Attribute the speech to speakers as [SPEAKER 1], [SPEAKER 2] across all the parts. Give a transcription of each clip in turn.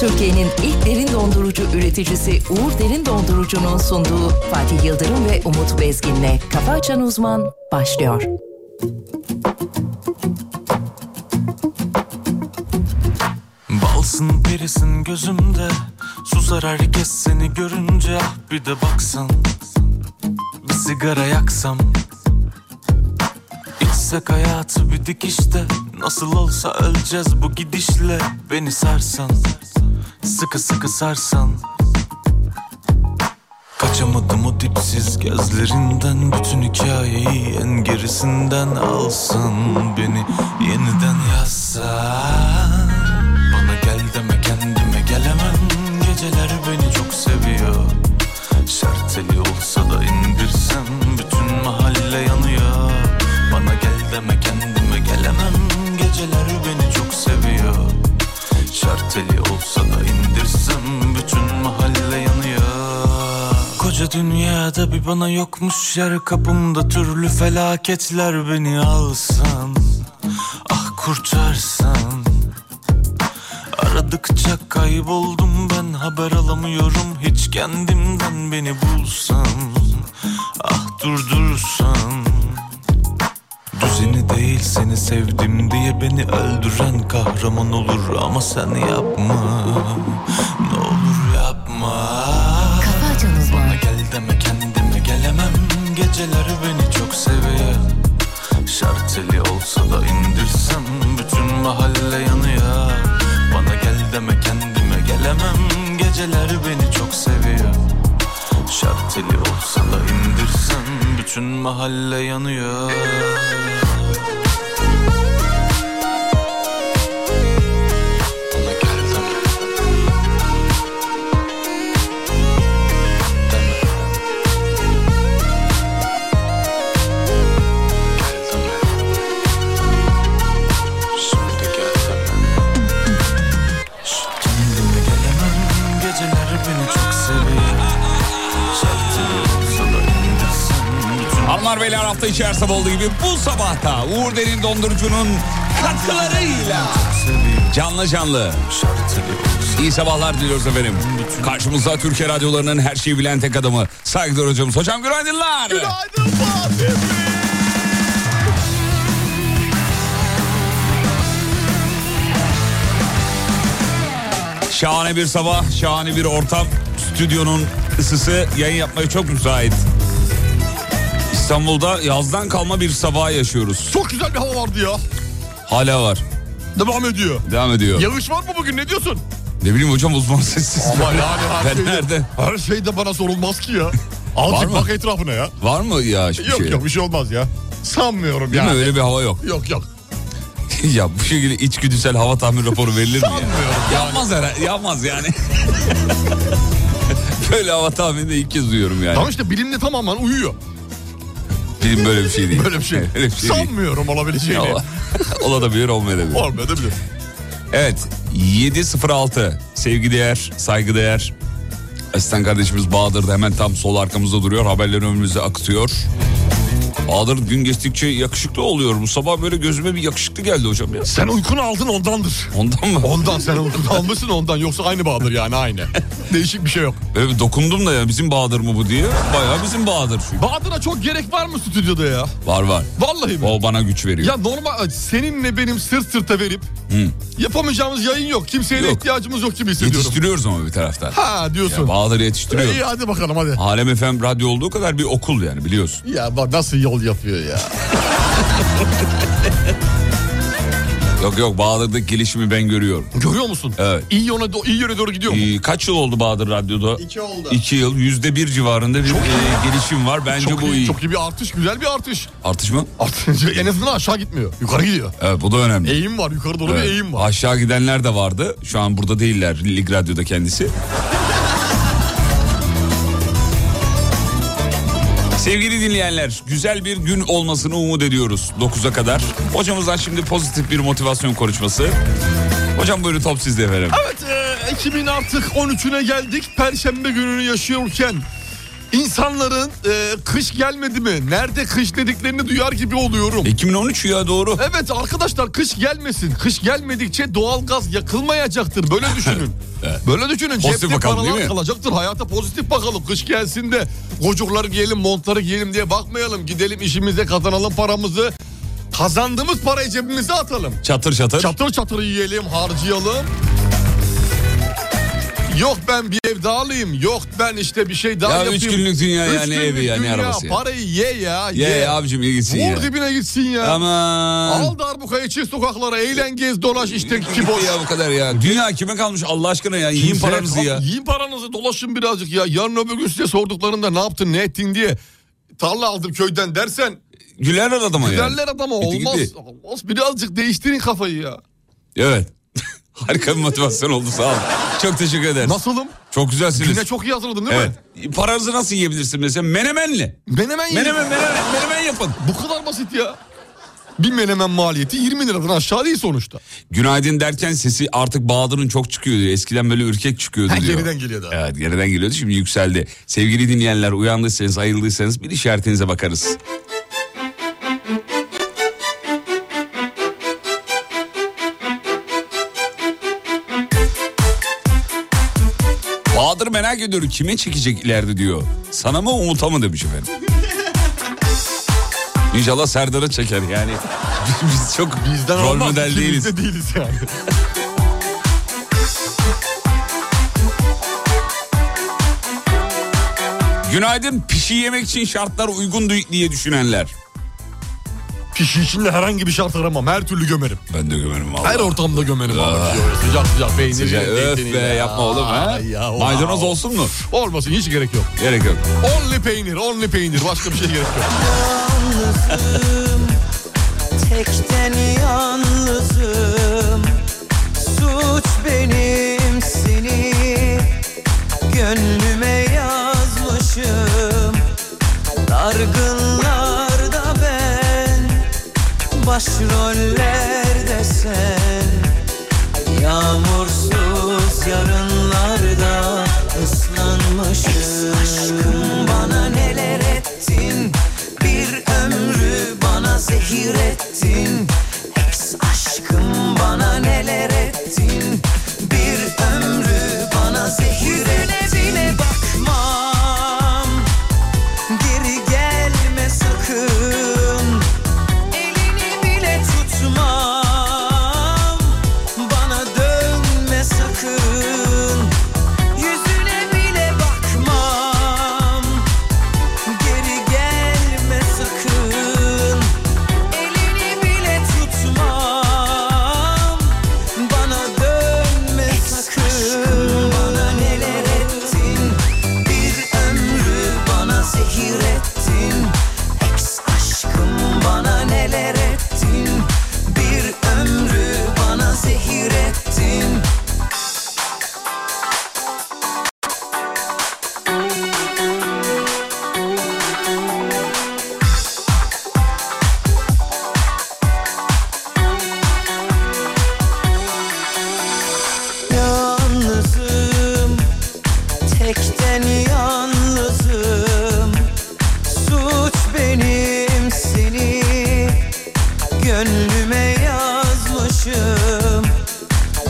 [SPEAKER 1] Türkiye'nin ilk derin dondurucu üreticisi Uğur Derin Dondurucu'nun sunduğu Fatih Yıldırım ve Umut Bezgin'le Kafa Açan Uzman başlıyor.
[SPEAKER 2] Balsın perisin gözümde Susar herkes seni görünce Ah bir de baksan Bir sigara yaksam İçsek hayatı bir dikişte Nasıl olsa öleceğiz bu gidişle Beni sarsan Sıkı sıkı sarsan Kaçamadım o dipsiz gözlerinden Bütün hikayeyi en gerisinden alsan Beni yeniden yazsan Bana gel deme kendime gelemem Geceler beni çok seviyor Şarteli olsa da indirsem Bütün mahalle yanıyor Bana gel deme kendime gelemem Geceler beni çok seviyor Şarteli olsa da indirsem bütün mahalle yanıyor Koca dünyada bir bana yokmuş yer kapımda türlü felaketler beni alsan Ah kurtarsan Aradıkça kayboldum ben haber alamıyorum hiç kendimden beni bulsan Ah durdursan Düzeni değil seni sevdim diye beni öldüren kahraman olur ama sen yapma Ne olur yapma
[SPEAKER 1] Kafa Açan Uzman
[SPEAKER 2] Bana gel deme kendime gelemem Geceler beni çok seviyor Şarteli olsa da indirsem bütün mahalle yanıyor Bana gel deme kendime gelemem Geceler beni çok seviyor Şarteli olsa da indirsem bütün mahalle yanıyor Bana gel deme, deme, gel deme. Şimdi gel deme. Kendime gelemem geceler beni çok seviyor Şarteli olsa da indirsem bütün
[SPEAKER 3] Hanımlar beyler hafta içi her sabah olduğu gibi bu sabahta Uğur Derin Dondurucu'nun katkılarıyla
[SPEAKER 2] seviyor
[SPEAKER 3] canlı canlı
[SPEAKER 2] Şarteli olsa
[SPEAKER 3] iyi sabahlar diliyoruz efendim. Karşımızda Türkiye radyolarının her şeyi bilen tek adamı saygıdeğer hocamız. Hocam günaydınlar.
[SPEAKER 4] Günaydın Fatih Bey.
[SPEAKER 3] Şahane bir sabah, şahane bir ortam. Stüdyonun ısısı yayın yapmaya çok müsait. İstanbul'da yazdan kalma bir sabah yaşıyoruz.
[SPEAKER 4] Çok güzel bir hava vardı ya.
[SPEAKER 3] Hala var.
[SPEAKER 4] Devam ediyor.
[SPEAKER 3] Devam ediyor.
[SPEAKER 4] Yağış var mı bugün ne diyorsun?
[SPEAKER 3] Ne bileyim hocam uzman sessiz.
[SPEAKER 4] Ama yani her
[SPEAKER 3] Ben
[SPEAKER 4] şeyde,
[SPEAKER 3] nerede?
[SPEAKER 4] Her şeyde bana sorulmaz ki ya. Azıcık
[SPEAKER 3] mı?
[SPEAKER 4] bak etrafına ya.
[SPEAKER 3] Var mı ya bir
[SPEAKER 4] Yok
[SPEAKER 3] şey?
[SPEAKER 4] yok bir şey olmaz ya. Sanmıyorum
[SPEAKER 3] Değil
[SPEAKER 4] ya.
[SPEAKER 3] mi? Öyle bir hava yok.
[SPEAKER 4] Yok yok.
[SPEAKER 3] ya bu şekilde içgüdüsel hava tahmin raporu verilir mi
[SPEAKER 4] Sanmıyorum
[SPEAKER 3] ya? Yapmaz herhalde. Yapmaz yani. böyle hava tahmini de ilk kez duyuyorum yani.
[SPEAKER 4] Tamam işte bilimle tamamen uyuyor.
[SPEAKER 3] Bilim böyle bir şey değil.
[SPEAKER 4] Böyle bir şey.
[SPEAKER 3] Böyle bir şey değil.
[SPEAKER 4] Sanmıyorum olabileceğini.
[SPEAKER 3] Ola- Olabilir olmayabilir.
[SPEAKER 4] Olmayabilir.
[SPEAKER 3] Evet 7.06 saygıdeğer saygıdeğer Asistan kardeşimiz Bahadır da hemen tam sol arkamızda duruyor haberleri önümüze akıtıyor. Bahadır gün geçtikçe yakışıklı oluyor. Bu sabah böyle gözüme bir yakışıklı geldi hocam ya.
[SPEAKER 4] Sen uykunu aldın ondandır.
[SPEAKER 3] Ondan mı?
[SPEAKER 4] Ondan sen uykunu almışsın ondan yoksa aynı bağdır yani aynı. Değişik bir şey yok.
[SPEAKER 3] Böyle bir dokundum da ya bizim Bahadır mı bu diye. Bayağı bizim Bahadır çünkü.
[SPEAKER 4] Bahadır'a çok gerek var mı stüdyoda ya?
[SPEAKER 3] Var var.
[SPEAKER 4] Vallahi mi?
[SPEAKER 3] O bana güç veriyor.
[SPEAKER 4] Ya normal seninle benim sırt sırta verip yapamayacağımız yayın yok. Kimseye de
[SPEAKER 3] Yok.
[SPEAKER 4] ihtiyacımız yok gibi hissediyorum.
[SPEAKER 3] Yetiştiriyoruz ama bir taraftan.
[SPEAKER 4] Ha diyorsun.
[SPEAKER 3] Bahadır'ı
[SPEAKER 4] İyi
[SPEAKER 3] yetiştiriyoruz.
[SPEAKER 4] hadi bakalım hadi.
[SPEAKER 3] Alem FM radyo olduğu kadar bir okul yani biliyorsun.
[SPEAKER 4] Ya bak nasıl yol yapıyor ya.
[SPEAKER 3] Yok yok Bahadır'daki gelişimi ben görüyorum.
[SPEAKER 4] Görüyor musun?
[SPEAKER 3] Evet.
[SPEAKER 4] İyi yöne, do- iyi yöne doğru gidiyor mu?
[SPEAKER 3] Ee, kaç yıl oldu Bahadır Radyo'da?
[SPEAKER 5] İki oldu.
[SPEAKER 3] İki yıl yüzde bir civarında bir e, gelişim var. Bence
[SPEAKER 4] Çok
[SPEAKER 3] bu iyi.
[SPEAKER 4] iyi, çok iyi bir artış, güzel bir artış.
[SPEAKER 3] Artış mı?
[SPEAKER 4] Artınca en azından aşağı gitmiyor. Yukarı gidiyor.
[SPEAKER 3] Evet bu da önemli.
[SPEAKER 4] Eğim var, yukarı doğru
[SPEAKER 3] Evet.
[SPEAKER 4] bir eğim var.
[SPEAKER 3] Aşağı gidenler de vardı. Şu an burada değiller. Lig Radyo'da kendisi. Sevgili dinleyenler, güzel bir gün olmasını umut ediyoruz 9'a kadar. Hocamızdan şimdi pozitif bir motivasyon konuşması. Hocam buyurun top sizde efendim.
[SPEAKER 4] Evet, e, Ekim'in artık 13'üne geldik. Perşembe gününü yaşıyorken İnsanların e, kış gelmedi mi? Nerede kış dediklerini duyar gibi oluyorum.
[SPEAKER 3] 2013 ya doğru.
[SPEAKER 4] Evet arkadaşlar kış gelmesin. Kış gelmedikçe doğalgaz yakılmayacaktır. Böyle düşünün. Böyle düşünün.
[SPEAKER 3] Pozitif
[SPEAKER 4] Cepte
[SPEAKER 3] bakalım,
[SPEAKER 4] paralar
[SPEAKER 3] değil mi?
[SPEAKER 4] kalacaktır. Hayata pozitif bakalım. Kış gelsin de kocukları giyelim, montları giyelim diye bakmayalım. Gidelim işimize kazanalım paramızı. Kazandığımız parayı cebimize atalım.
[SPEAKER 3] Çatır çatır.
[SPEAKER 4] Çatır çatır yiyelim, harcayalım. Yok ben bir ev daha alayım. Yok ben işte bir şey daha
[SPEAKER 3] Ya
[SPEAKER 4] yapayım.
[SPEAKER 3] üç günlük dünya
[SPEAKER 4] Üç
[SPEAKER 3] yani
[SPEAKER 4] günlük
[SPEAKER 3] evi yani,
[SPEAKER 4] dünya,
[SPEAKER 3] arabası ya.
[SPEAKER 4] Parayı ye ya.
[SPEAKER 3] Ye ya abicim iyi gitsin
[SPEAKER 4] Vur
[SPEAKER 3] ya.
[SPEAKER 4] dibine gitsin ya.
[SPEAKER 3] Aman.
[SPEAKER 4] Al darbukayı çık sokaklara eğlen gez dolaş işte ki boş.
[SPEAKER 3] Gitti ya bu kadar ya. Dünya kime kalmış Allah aşkına ya. Yiyin
[SPEAKER 4] Kimseye
[SPEAKER 3] paranızı
[SPEAKER 4] kal-
[SPEAKER 3] ya.
[SPEAKER 4] Yiyin paranızı dolaşın birazcık ya. Yarın öbür gün size sorduklarında ne yaptın ne ettin diye tarla aldım köyden dersen
[SPEAKER 3] Güler adama ya.
[SPEAKER 4] derler adama
[SPEAKER 3] Gitti,
[SPEAKER 4] olmaz.
[SPEAKER 3] gitti.
[SPEAKER 4] Olmaz birazcık değiştirin kafayı ya.
[SPEAKER 3] Evet. Harika bir motivasyon oldu sağ ol. Çok teşekkür ederiz.
[SPEAKER 4] Nasılım?
[SPEAKER 3] Çok güzelsiniz.
[SPEAKER 4] Güne çok iyi hazırladın değil
[SPEAKER 3] evet.
[SPEAKER 4] mi?
[SPEAKER 3] Paranızı nasıl yiyebilirsin mesela? Menemenle.
[SPEAKER 4] Menemen yiyin.
[SPEAKER 3] Menemen, menemen, menemen yapın.
[SPEAKER 4] Bu kadar basit ya. Bir menemen maliyeti 20 liradan aşağı değil sonuçta.
[SPEAKER 3] Günaydın derken sesi artık Bahadır'ın çok çıkıyor diyor. Eskiden böyle ürkek çıkıyordu
[SPEAKER 4] Ha,
[SPEAKER 3] diyor.
[SPEAKER 4] geriden geliyor daha.
[SPEAKER 3] Evet geriden geliyordu şimdi yükseldi. Sevgili dinleyenler uyandıysanız ayrıldıysanız bir işaretinize bakarız. Bahadır merak ediyorum kime çekecek ileride diyor. Sana mı Umut'a mı demiş efendim. İnşallah Serdar'a çeker yani. Biz çok
[SPEAKER 4] Bizden
[SPEAKER 3] rol
[SPEAKER 4] olmaz,
[SPEAKER 3] model
[SPEAKER 4] ikimiz
[SPEAKER 3] değiliz.
[SPEAKER 4] de değiliz yani.
[SPEAKER 3] Günaydın pişi yemek için şartlar uygun diye düşünenler.
[SPEAKER 4] Pişi içinde herhangi bir şart aramam. Her türlü gömerim.
[SPEAKER 3] Ben de gömerim valla.
[SPEAKER 4] Her ortamda gömerim abi.
[SPEAKER 3] Ah.
[SPEAKER 4] Şöyle Sıcak sıcak peynir.
[SPEAKER 3] Sıcak- Öf
[SPEAKER 4] zeytini
[SPEAKER 3] be
[SPEAKER 4] ya.
[SPEAKER 3] yapma oğlum ha.
[SPEAKER 4] Ay ya, wow.
[SPEAKER 3] Maydanoz olsun mu?
[SPEAKER 4] Olmasın hiç gerek yok.
[SPEAKER 3] Gerek yok.
[SPEAKER 4] Only peynir, only peynir. Başka bir şey gerek yok.
[SPEAKER 5] Tekten yalnızım Suç benim seni Gönlüme yazmışım Dargınlarda ben Başrollerde sen Yağmursuz yarınlarda ıslanmışım Aşkım bana neler ettin Bir ömrü bana zehir ettin Ex aşkım bana neler ettin Bir ömrü bana zehir ettin Yüzüne bakmam Geri gelme sakın Elini bile tutmam Bana dönme sakın Yüzüne bile bakmam Geri gelme sakın Elini bile tutmam Bana dönme sakın Bana neler ettin Bir ömrü bana zehir ettin Ex aşkım bana neler ettin Bir ömrü bana zehir ettin Yalnızım, tekten yalnızım Suç benim seni gönlüme yazmışım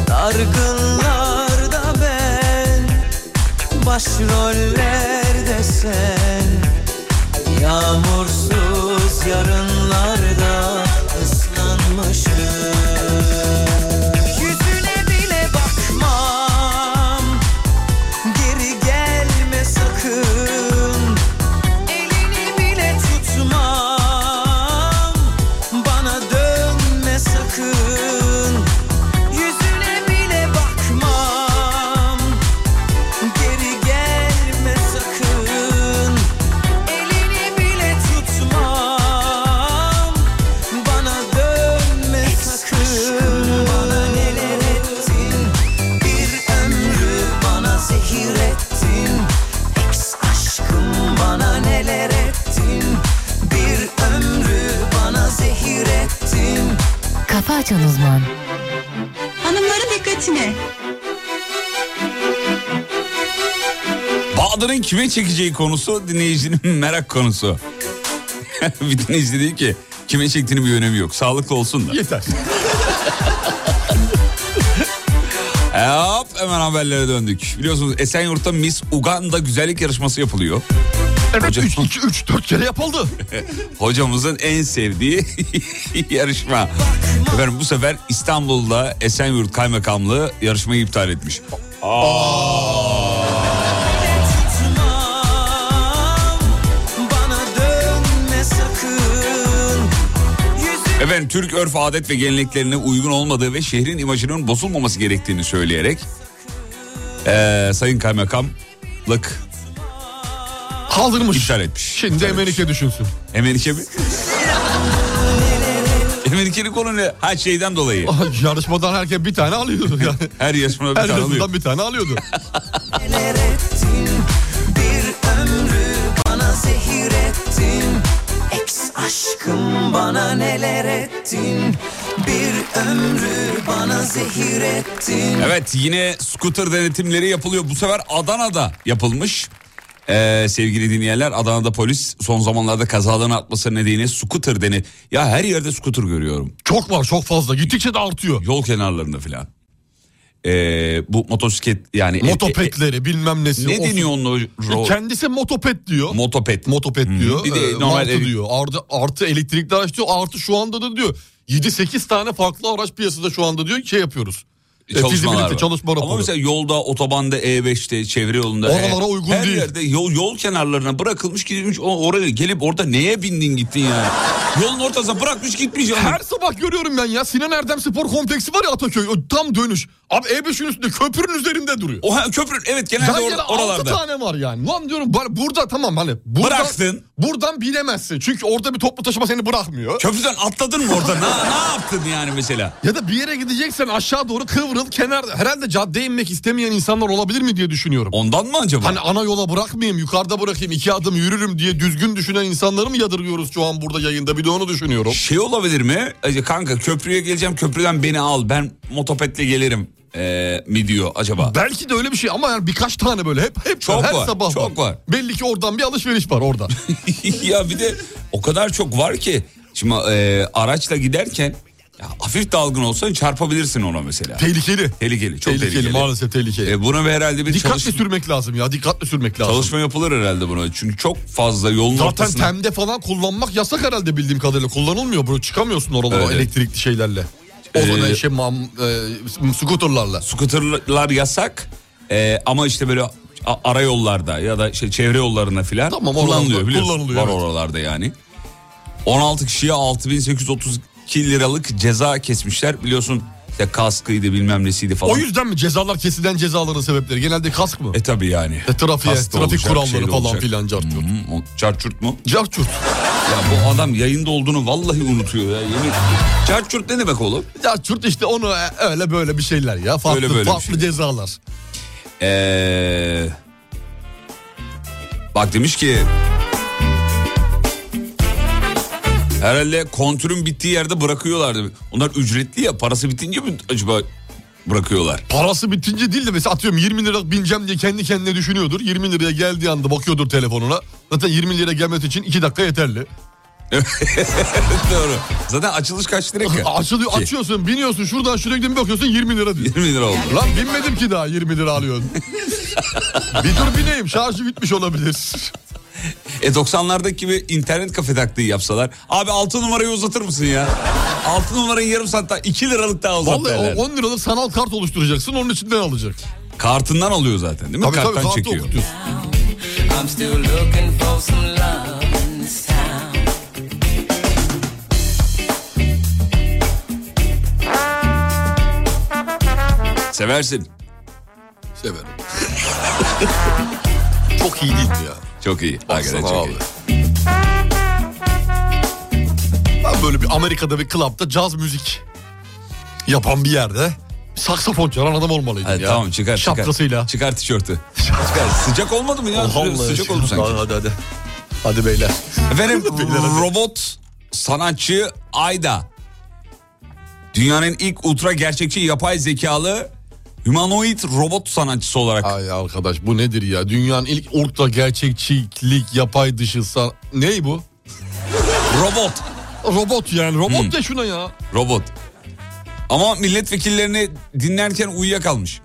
[SPEAKER 5] Dargınlarda ben, başrollerde sen Yağmursuz yarınlarda ıslanmışım Yüzüne bile bakmam Geri gelme sakın Elini bile tutmam Bana dönme sakın Yüzüne bile bakmam Geri gelme sakın Elini bile tutmam Bana dönme sakın Bana neler ettin Bir ömrü bana zehir ettin Ex aşkım bana neler ettin Bir ömrü bana zehir ettin
[SPEAKER 1] Kafa Açan Uzman.
[SPEAKER 6] Hanımların dikkatine.
[SPEAKER 3] Bahadır Kadının kime çekeceği konusu dinleyicinin merak konusu. bir dinleyici dedi ki kime çektiğinin bir önemi yok. Sağlıklı olsun da.
[SPEAKER 4] Yeter.
[SPEAKER 3] Hop hemen haberlere döndük. Biliyorsunuz Esenyurt'ta Miss Uganda güzellik yarışması yapılıyor.
[SPEAKER 4] Evet
[SPEAKER 3] Hocam-
[SPEAKER 4] 3 2 3 4 kere yapıldı.
[SPEAKER 3] Hocamızın en sevdiği yarışma. Efendim bu sefer İstanbul'da Esenyurt Kaymakamlığı yarışmayı iptal etmiş.
[SPEAKER 5] Tutmam, bana dönme sakın. Yüzü
[SPEAKER 3] Efendim Türk örf adet ve geleneklerine uygun olmadığı ve şehrin imajının bozulmaması gerektiğini söyleyerek eee, Sayın Kaymakamlık
[SPEAKER 4] Kaldırmış.
[SPEAKER 3] iptal etmiş.
[SPEAKER 4] Şimdi
[SPEAKER 3] İptal
[SPEAKER 4] Emenike düşünsün.
[SPEAKER 3] etmiş. Emenike mi? Emenike'nin konu ne? Ha şeyden dolayı.
[SPEAKER 4] Aha, Ah, Yarışmadan herkes bir tane alıyordu. Yani.
[SPEAKER 3] Her yarışmada bir
[SPEAKER 4] Her
[SPEAKER 3] tane alıyor.
[SPEAKER 4] yarışmadan bir tane alıyordu.
[SPEAKER 5] neler ettin? Bir ömrü bana zehir ettin. Eks aşkım bana neler ettin? Bir ömrü bana zehir ettin.
[SPEAKER 3] Evet yine scooter denetimleri yapılıyor. Bu sefer Adana'da yapılmış. Ee, sevgili dinleyenler Adana'da polis son zamanlarda kazaların artması nedeni scooter deni. Ya her yerde scooter görüyorum.
[SPEAKER 4] Çok var çok fazla. Gittikçe de artıyor.
[SPEAKER 3] Yol kenarlarında filan. Ee, bu motosiklet yani...
[SPEAKER 4] Motopetleri bilmem
[SPEAKER 3] E,
[SPEAKER 4] nesi.
[SPEAKER 3] e, ne
[SPEAKER 4] olsun.
[SPEAKER 3] deniyor onun o?
[SPEAKER 4] E,
[SPEAKER 3] ro-
[SPEAKER 4] Kendisi motopet diyor.
[SPEAKER 3] motopet.
[SPEAKER 4] motopet
[SPEAKER 3] Hı.
[SPEAKER 4] diyor.
[SPEAKER 3] Bir de
[SPEAKER 4] e,
[SPEAKER 3] normal
[SPEAKER 4] martı
[SPEAKER 3] el-
[SPEAKER 4] diyor. Artı, artı elektrikli araç diyor. Artı şu anda da diyor. 7-8 tane farklı araç piyasada şu anda diyor. Şey yapıyoruz. E,
[SPEAKER 3] çalışmalar
[SPEAKER 4] fizibilite,
[SPEAKER 3] var.
[SPEAKER 4] çalışma raporu.
[SPEAKER 3] Ama mesela yolda, otobanda, E5'te, çevre yolunda.
[SPEAKER 4] Oralara uygun
[SPEAKER 3] her
[SPEAKER 4] değil.
[SPEAKER 3] yerde yol, yol kenarlarına bırakılmış gidilmiş. O- Oraya gelip orada neye bindin gittin yani. Yolun ortasına bırakmış gitmiş. yani.
[SPEAKER 4] Her sabah görüyorum ben ya. Sinan Erdem Spor Kompleksi var ya Ataköy. O tam dönüş. Abi E5'in üstünde köprünün üzerinde duruyor.
[SPEAKER 3] O ha, köprü evet genelde
[SPEAKER 4] Yan
[SPEAKER 3] or-
[SPEAKER 4] yana altı
[SPEAKER 3] oralarda.
[SPEAKER 4] tane var yani. Lan diyorum bari burada tamam hani. Buradan,
[SPEAKER 3] Bıraktın.
[SPEAKER 4] Buradan bilemezsin. Çünkü orada bir toplu taşıma seni bırakmıyor.
[SPEAKER 3] Köprüden atladın mı orada? ne, ne yaptın yani mesela?
[SPEAKER 4] Ya da bir yere gideceksen aşağı doğru kıvrıl kenar. Herhalde caddeye inmek istemeyen insanlar olabilir mi diye düşünüyorum.
[SPEAKER 3] Ondan mı acaba?
[SPEAKER 4] Hani ana yola bırakmayayım yukarıda bırakayım iki adım yürürüm diye düzgün düşünen insanları mı yadırıyoruz şu an burada yayında bir de onu düşünüyorum.
[SPEAKER 3] Şey olabilir mi? Acı kanka köprüye geleceğim köprüden beni al ben motopetle gelirim ee, mi diyor acaba?
[SPEAKER 4] Belki de öyle bir şey ama yani birkaç tane böyle hep hep
[SPEAKER 3] Çok
[SPEAKER 4] her
[SPEAKER 3] var,
[SPEAKER 4] sabah
[SPEAKER 3] çok var.
[SPEAKER 4] Belli ki oradan bir alışveriş var orada.
[SPEAKER 3] ya bir de o kadar çok var ki şimdi ee, araçla giderken ya, hafif dalgın olsan çarpabilirsin ona mesela.
[SPEAKER 4] tehlikeli.
[SPEAKER 3] Tehlikeli çok tehlikeli.
[SPEAKER 4] maalesef tehlikeli.
[SPEAKER 3] Ee, buna bir herhalde bir
[SPEAKER 4] dikkatli
[SPEAKER 3] çalış-
[SPEAKER 4] sürmek lazım ya dikkatli sürmek lazım.
[SPEAKER 3] çalışma yapılır herhalde buna. Çünkü çok fazla yolun
[SPEAKER 4] Zaten
[SPEAKER 3] ortasına.
[SPEAKER 4] temde falan kullanmak yasak herhalde bildiğim kadarıyla. Kullanılmıyor bro. Çıkamıyorsun oralara
[SPEAKER 3] Evet,
[SPEAKER 4] o
[SPEAKER 3] evet.
[SPEAKER 4] elektrikli şeylerle. O
[SPEAKER 3] Ee,
[SPEAKER 4] zaman şey mam, e, skuterlarla.
[SPEAKER 3] Skuterlar yasak Ee, ama işte böyle a- ara yollarda ya da şey çevre yollarına filan
[SPEAKER 4] Tamam, oralarda
[SPEAKER 3] kullanılıyor biliyorsun.
[SPEAKER 4] kullanılıyor,
[SPEAKER 3] Var
[SPEAKER 4] evet.
[SPEAKER 3] oralarda yani. 16 kişiye 6832 liralık ceza kesmişler. Biliyorsun işte kaskıydı bilmem nesiydi falan.
[SPEAKER 4] O yüzden mi cezalar kesilen cezaların sebepleri? Genelde kask mı?
[SPEAKER 3] E tabi yani.
[SPEAKER 4] E, trafiğe,
[SPEAKER 3] Hasta
[SPEAKER 4] trafik
[SPEAKER 3] olacak,
[SPEAKER 4] kuralları
[SPEAKER 3] şeyle
[SPEAKER 4] falan
[SPEAKER 3] olacak. Hmm.
[SPEAKER 4] filan cart
[SPEAKER 3] Hı
[SPEAKER 4] curt.
[SPEAKER 3] hı, o- Çarçurt mu?
[SPEAKER 4] Cart curt.
[SPEAKER 3] Ya bu adam yayında olduğunu vallahi unutuyor ya. Yemin. Çarçurt ne demek oğlum?
[SPEAKER 4] Cart curt işte onu e, öyle böyle bir şeyler ya. Farklı,
[SPEAKER 3] Öyle böyle bir
[SPEAKER 4] farklı
[SPEAKER 3] şey.
[SPEAKER 4] cezalar.
[SPEAKER 3] Ee, bak demiş ki herhalde kontürün bittiği yerde bırakıyorlardı. Onlar ücretli ya parası bitince mi acaba bırakıyorlar?
[SPEAKER 4] Parası bitince değil de mesela atıyorum 20 lira bineceğim diye kendi kendine düşünüyordur. 20 liraya geldiği anda bakıyordur telefonuna. Zaten 20 lira gelmesi için 2 dakika yeterli.
[SPEAKER 3] Doğru. Zaten açılış kaç lira ki?
[SPEAKER 4] Açılıyor,
[SPEAKER 3] İki.
[SPEAKER 4] açıyorsun, biniyorsun şuradan şuraya gidip bakıyorsun 20 lira diyor.
[SPEAKER 3] 20 lira oldu.
[SPEAKER 4] Lan binmedim ki daha 20 lira alıyorsun. bir dur bineyim şarjı bitmiş olabilir.
[SPEAKER 3] E 90'lardaki gibi internet kafe taktiği yapsalar. Abi 6 numarayı uzatır mısın ya? 6 numarayı yarım saat daha 2 liralık daha uzat
[SPEAKER 4] Vallahi
[SPEAKER 3] derler.
[SPEAKER 4] o 10 liralık sanal kart oluşturacaksın onun içinden alacak.
[SPEAKER 3] Kartından alıyor zaten değil mi?
[SPEAKER 4] Tabii
[SPEAKER 3] Karttan
[SPEAKER 4] tabii kartı
[SPEAKER 3] çekiyor.
[SPEAKER 4] okutuyorsun.
[SPEAKER 5] I'm still looking for some love in this town.
[SPEAKER 3] Seversin.
[SPEAKER 4] Severim. Çok iyi değil mi ya?
[SPEAKER 3] Çok iyi. Hakikaten
[SPEAKER 4] Baksana
[SPEAKER 3] çok
[SPEAKER 4] abi.
[SPEAKER 3] iyi.
[SPEAKER 4] Ben böyle bir Amerika'da bir klapta caz müzik yapan bir yerde saksafon çalan adam olmalıydım
[SPEAKER 3] Hadi
[SPEAKER 4] ya.
[SPEAKER 3] tamam çıkar çıkar.
[SPEAKER 4] Şapkasıyla.
[SPEAKER 3] Çıkar tişörtü. Çıkar. Sıcak olmadı mı ya?
[SPEAKER 4] Allah
[SPEAKER 3] Sıcak
[SPEAKER 4] aşkına.
[SPEAKER 3] oldu sanki.
[SPEAKER 4] Hadi hadi. Hadi beyler.
[SPEAKER 3] Efendim
[SPEAKER 4] Beyler hadi.
[SPEAKER 3] robot sanatçı Ayda. Dünyanın ilk ultra gerçekçi yapay zekalı Humanoid robot sanatçısı olarak.
[SPEAKER 4] Ay arkadaş bu nedir ya? Dünyanın ilk ultra gerçekçilik yapay dışı san... Ney bu?
[SPEAKER 3] Robot.
[SPEAKER 4] Robot yani. Robot
[SPEAKER 3] Hmm.
[SPEAKER 4] de şuna ya.
[SPEAKER 3] Robot. Ama milletvekillerini dinlerken uyuyakalmış.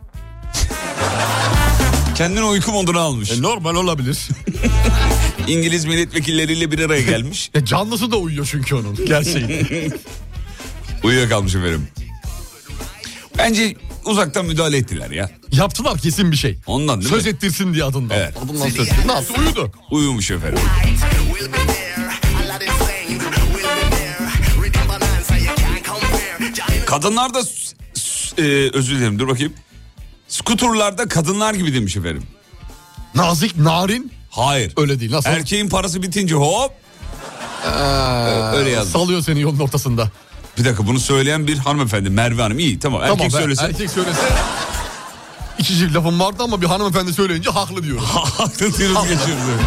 [SPEAKER 3] Kendini uyku moduna almış.
[SPEAKER 4] E, normal olabilir.
[SPEAKER 3] İngiliz milletvekilleriyle bir araya gelmiş.
[SPEAKER 4] E, canlısı da uyuyor çünkü onun. Gerçeği.
[SPEAKER 3] uyuyakalmış efendim. Bence uzaktan müdahale ettiler ya.
[SPEAKER 4] Yaptılar kesin bir şey.
[SPEAKER 3] Ondan değil
[SPEAKER 4] Söz
[SPEAKER 3] mi?
[SPEAKER 4] ettirsin diye adından.
[SPEAKER 3] Evet.
[SPEAKER 4] Adından söz ettirsin. Nasıl uyudu?
[SPEAKER 3] Uyumuş efendim.
[SPEAKER 6] We'll be there, Aladdin flame. We'll be there, ready bonanza. You can't compare. Giant
[SPEAKER 3] Kadınlar da s- s- e, özür dilerim dur bakayım. Skuturlarda kadınlar gibi demiş efendim.
[SPEAKER 4] Nazik, narin.
[SPEAKER 3] Hayır.
[SPEAKER 4] Öyle değil. Nasıl?
[SPEAKER 3] Erkeğin parası bitince hop. Ee, öyle yazmış.
[SPEAKER 4] Salıyor seni yolun ortasında.
[SPEAKER 3] Bir dakika bunu söyleyen bir hanımefendi Merve Hanım. iyi tamam, erkek
[SPEAKER 4] Tamam,
[SPEAKER 3] söylese
[SPEAKER 4] Erkek söylese. İki çift lafım vardı ama bir hanımefendi söyleyince haklı diyor.
[SPEAKER 3] haklı diyoruz geçiyoruz.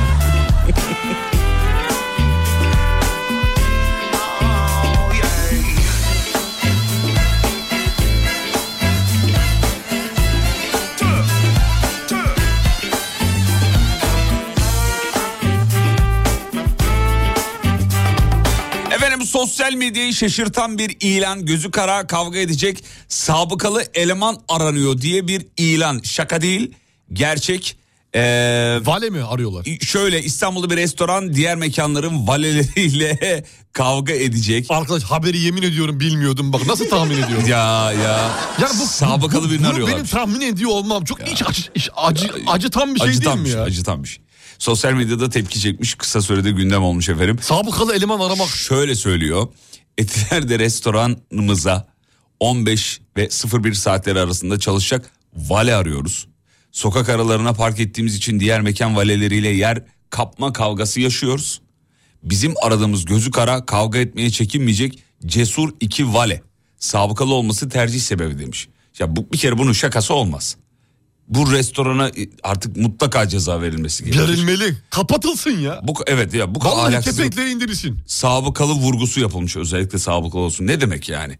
[SPEAKER 3] Efendim sosyal medyayı şaşırtan bir ilan gözü kara kavga edecek sabıkalı eleman aranıyor diye bir ilan. Şaka değil gerçek. Ee,
[SPEAKER 4] Vale mi arıyorlar?
[SPEAKER 3] şöyle İstanbul'da bir restoran diğer mekanların valeleriyle kavga edecek.
[SPEAKER 4] Arkadaş haberi yemin ediyorum bilmiyordum. Bak nasıl tahmin ediyorum.
[SPEAKER 3] Ya ya.
[SPEAKER 4] Yani bu
[SPEAKER 3] sabıkalı
[SPEAKER 4] bu-
[SPEAKER 3] birini
[SPEAKER 4] bunu
[SPEAKER 3] arıyorlar.
[SPEAKER 4] Benim tahmin ediyor olmam çok iç, acı, iç- acı, acıtan bir şey
[SPEAKER 3] acıtanmış,
[SPEAKER 4] değil mi ya?
[SPEAKER 3] acıtanmış. şey. Sosyal medyada tepki çekmiş kısa sürede gündem olmuş efendim.
[SPEAKER 4] Sabıkalı eleman aramak.
[SPEAKER 3] Şöyle söylüyor. Etiler'de restoranımıza 15 ve 01 saatleri arasında çalışacak vale arıyoruz. Sokak aralarına park ettiğimiz için diğer mekan valeleriyle yer kapma kavgası yaşıyoruz. Bizim aradığımız gözü kara kavga etmeye çekinmeyecek cesur iki vale. Sabıkalı olması tercih sebebi demiş. Ya bu bir kere bunun şakası olmaz. Bu restorana e, artık mutlaka ceza verilmesi gerekir.
[SPEAKER 4] Gerilmeli. Kapatılsın ya.
[SPEAKER 3] Bu evet ya bu
[SPEAKER 4] Vallahi
[SPEAKER 3] ahlaksızlık
[SPEAKER 4] tepekle indirilsin.
[SPEAKER 3] sabıkalı vurgusu yapılmış özellikle sabıkalı olsun. Ne demek yani?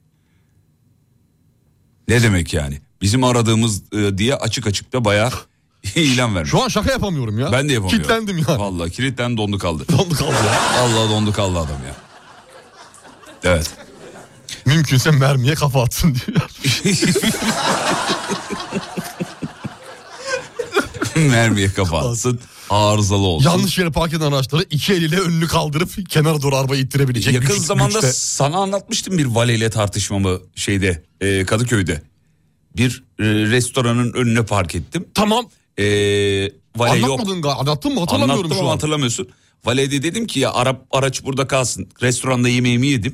[SPEAKER 3] Ne demek yani? Bizim aradığımız e, diye açık açık da bayağı ilan vermiş.
[SPEAKER 4] Şu an şaka yapamıyorum ya.
[SPEAKER 3] ben de yapamıyorum.
[SPEAKER 4] Kitlendim ya.
[SPEAKER 3] Vallahi kilitlen dondu kaldı.
[SPEAKER 4] Dondu kaldı ya.
[SPEAKER 3] Allah dondu kaldı adam ya. Evet.
[SPEAKER 4] Mümkünse mermiye kafa atsın diyor.
[SPEAKER 3] Mermiye kapatsın. Arızalı olsun.
[SPEAKER 4] Yanlış yere park eden araçları iki eliyle önünü kaldırıp kenara doğru arabayı ittirebilecek.
[SPEAKER 3] Yakın
[SPEAKER 4] güç-
[SPEAKER 3] zamanda
[SPEAKER 4] güçte.
[SPEAKER 3] sana anlatmıştım bir valeyle tartışmamı şeyde e, Kadıköy'de. Bir e, restoranın önüne park ettim.
[SPEAKER 4] Tamam.
[SPEAKER 3] E, vale yok.
[SPEAKER 4] Anlatmadın galiba. Anlattın mı? Hatırlamıyorum
[SPEAKER 3] Anlattım
[SPEAKER 4] şu
[SPEAKER 3] ama
[SPEAKER 4] an.
[SPEAKER 3] hatırlamıyorsun. Valide dedim ki ya Arap araç burada kalsın. Restoranda yemeğimi yedim.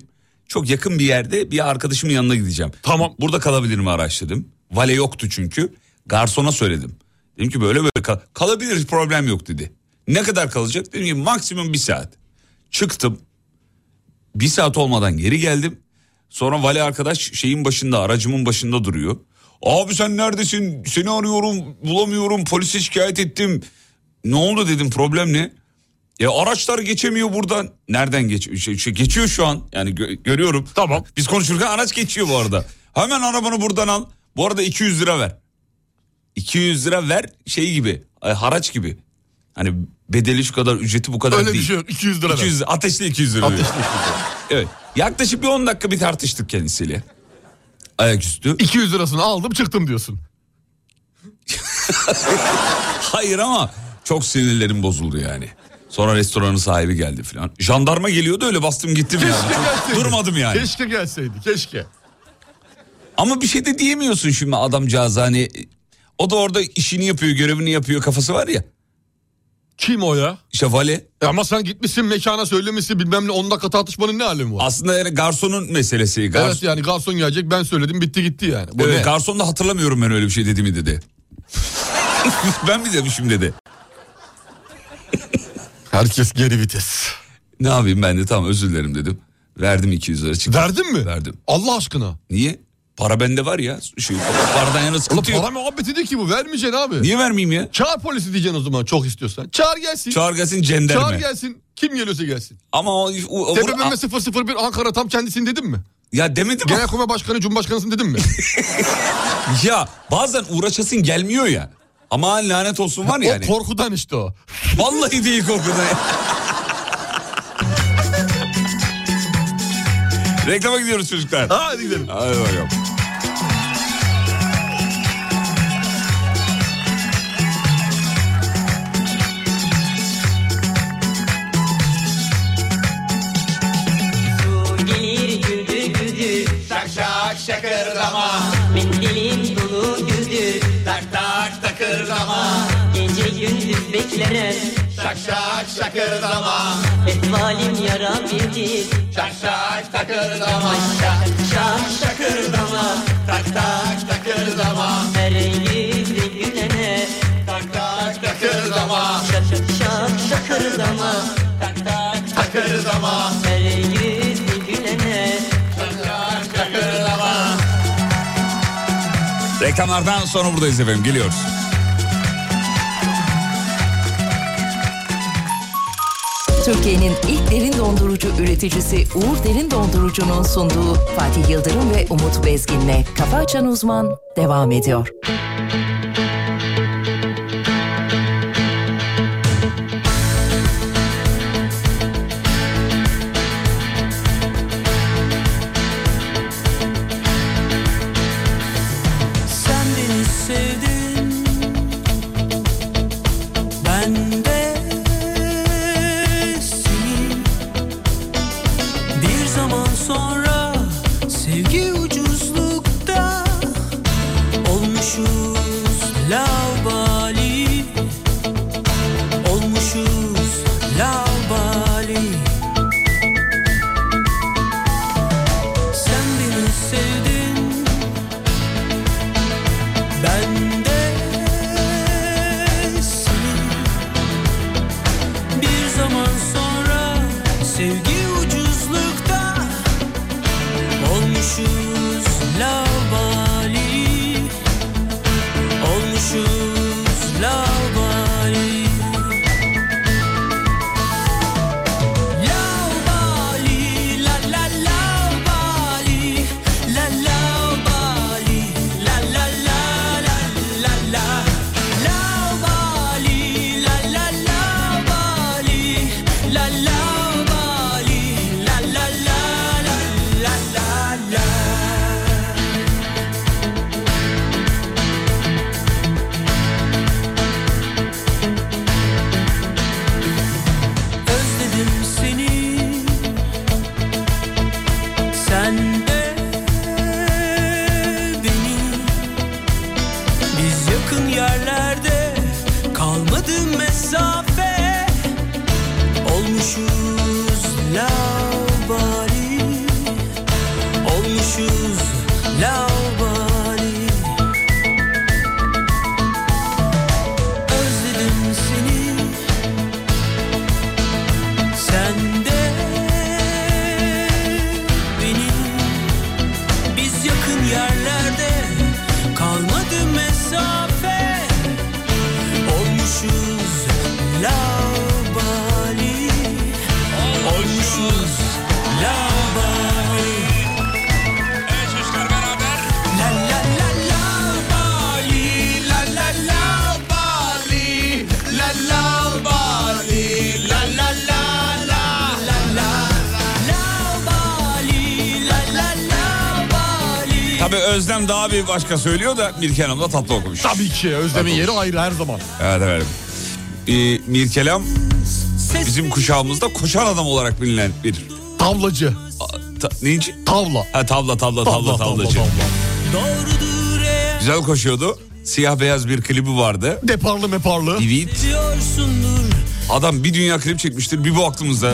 [SPEAKER 3] Çok yakın bir yerde bir arkadaşımın yanına gideceğim.
[SPEAKER 4] Tamam.
[SPEAKER 3] Burada kalabilir mi araç dedim. Vale yoktu çünkü. Garsona söyledim. Dedim ki böyle böyle kal- kalabilir problem yok dedi. Ne kadar kalacak? Dedim ki maksimum bir saat. Çıktım. Bir saat olmadan geri geldim. Sonra vali arkadaş şeyin başında aracımın başında duruyor. Abi sen neredesin? Seni arıyorum bulamıyorum polise şikayet ettim. Ne oldu dedim problem ne? Ya araçlar geçemiyor buradan. Nereden geç şey- şey- geçiyor şu an yani gö- görüyorum. Tamam. Biz konuşurken araç geçiyor bu arada. Hemen arabanı buradan al. Bu arada 200 lira ver. 200 lira ver şey gibi e, haraç gibi. Hani bedeli şu kadar ücreti bu kadar
[SPEAKER 4] Öyle
[SPEAKER 3] değil.
[SPEAKER 4] bir şey yok. 200 lira. ver.
[SPEAKER 3] 200 ateşli 200 lira.
[SPEAKER 4] Ateşli
[SPEAKER 3] Evet. Yaklaşık bir 10 dakika bir tartıştık kendisiyle. Ayaküstü.
[SPEAKER 4] 200 lirasını aldım çıktım diyorsun.
[SPEAKER 3] Hayır ama çok sinirlerim bozuldu yani. Sonra restoranın sahibi geldi falan. Jandarma geliyordu öyle bastım gittim
[SPEAKER 4] Keşke
[SPEAKER 3] yani.
[SPEAKER 4] gelseydi.
[SPEAKER 3] Durmadım yani.
[SPEAKER 4] Keşke gelseydi. Keşke.
[SPEAKER 3] Ama bir şey de diyemiyorsun şimdi adamcağız hani. O da orada işini yapıyor, görevini yapıyor kafası var ya.
[SPEAKER 4] Kim o ya?
[SPEAKER 3] İşte vale.
[SPEAKER 4] E ama sen gitmişsin mekana söylemişsin bilmem ne 10 dakika tartışmanın ne alemi var?
[SPEAKER 3] Aslında yani garsonun meselesi. Gar-
[SPEAKER 4] evet yani garson gelecek ben söyledim bitti gitti yani. Bu
[SPEAKER 3] Böyle
[SPEAKER 4] ne?
[SPEAKER 3] garson da hatırlamıyorum ben öyle bir şey dediğimi dedi. ben mi demişim dedi.
[SPEAKER 4] Herkes geri vites.
[SPEAKER 3] Ne yapayım ben de tamam özür dilerim dedim. Verdim 200 lira çıktı.
[SPEAKER 4] Verdin mi?
[SPEAKER 3] Verdim.
[SPEAKER 4] Allah aşkına.
[SPEAKER 3] Niye? Para bende var ya. Şey, paradan yana
[SPEAKER 4] Oğlum
[SPEAKER 3] sıkıntı yok.
[SPEAKER 4] para muhabbeti değil ki bu vermeyeceksin abi.
[SPEAKER 3] Niye vermeyeyim ya?
[SPEAKER 4] Çağır polisi diyeceksin o zaman çok istiyorsan. Çağır gelsin.
[SPEAKER 3] Çağır gelsin cenderme.
[SPEAKER 4] Çağır gelsin. Kim geliyorsa gelsin.
[SPEAKER 3] Ama o, o- o-
[SPEAKER 4] TBMM 001 Ankara tam kendisini dedim mi?
[SPEAKER 7] Ya demedim mi?
[SPEAKER 4] Genelkurmay Başkanı Cumhurbaşkanısın dedim mi?
[SPEAKER 7] Ya bazen uğraşasın gelmiyor ya. Ama hani lanet olsun var yani.
[SPEAKER 4] O korkudan işte o.
[SPEAKER 7] Vallahi değil korkudan. Reklama gidiyoruz çocuklar.
[SPEAKER 4] Hadi gidelim.
[SPEAKER 7] Hadi bakalım.
[SPEAKER 8] Su gelir güldü güldü
[SPEAKER 9] Şak şak şakırdama
[SPEAKER 8] Mendilim dolu güldü
[SPEAKER 9] Tak tak takırdama
[SPEAKER 8] Gece gündüz beklerim
[SPEAKER 9] Şak şak şakırdama
[SPEAKER 8] Etvalim yara bildi
[SPEAKER 9] Şak şak takırdama
[SPEAKER 8] Şah şakırdama
[SPEAKER 9] Tak tak takırdama
[SPEAKER 8] Her yüzde gülene
[SPEAKER 9] Tak tak takırdama
[SPEAKER 8] Şak şak şak şakırdama Tak tak tak
[SPEAKER 9] Takırdama
[SPEAKER 8] Her yüzde gülene
[SPEAKER 9] Takırdama
[SPEAKER 7] Reklamlardan sonra buradayız efendim geliyoruz.
[SPEAKER 1] Türkiye'nin ilk derin dondurucu üreticisi Uğur Derin Dondurucu'nun sunduğu Fatih Yıldırım ve Umut Bezgin'le Kafa Açan Uzman devam ediyor.
[SPEAKER 3] Sen beni sevdin Ben de seni Bir zaman sonra Sevgi ucuzlukta Olmuşuz lavabali Olmuşuz lavabali Sen beni sevdin ben de seni bir zaman sonra sevgi ucuzlukta olmuşuz lavali olmuşuz lavali lavali la la lavali la lavali la la la la la la lavali la la lavali la lavali la la la la la la la Özledim seni Sen de beni Biz yakın yerlerde Kalmadı mesafe Olmuşuz lavabali Olmuşuz lavabali Özledim seni sen de benim biz yakın yerlerde kalmadı mesafe olmuşuz lavabali olmuşuz lavabali Evet çocuklar beraber la la la lavabali la la lavabali la lavabali la la la la la la lavabali la la lavabali
[SPEAKER 7] Tabii Özlem daha bir başka söylüyor da Mirke Hanım da tatlı okumuş.
[SPEAKER 4] Tabii ki Özlem'in yeri ayrı her zaman.
[SPEAKER 7] Evet efendim. Ee, Mirkelam
[SPEAKER 3] Ses-
[SPEAKER 7] bizim kuşağımızda koşan adam olarak bilinen bir...
[SPEAKER 4] Tavlacı.
[SPEAKER 7] A- ta- ne için?
[SPEAKER 4] Tavla.
[SPEAKER 7] Ha, tavla tavla tavla tavlacı.
[SPEAKER 3] Doğrudur eğer
[SPEAKER 7] Güzel koşuyordu. Siyah beyaz bir klibi vardı.
[SPEAKER 4] Deparlı meparlı.
[SPEAKER 7] DVD.
[SPEAKER 3] diyorsundur
[SPEAKER 7] Adam bir dünya klip çekmiştir bir bu aklımızda.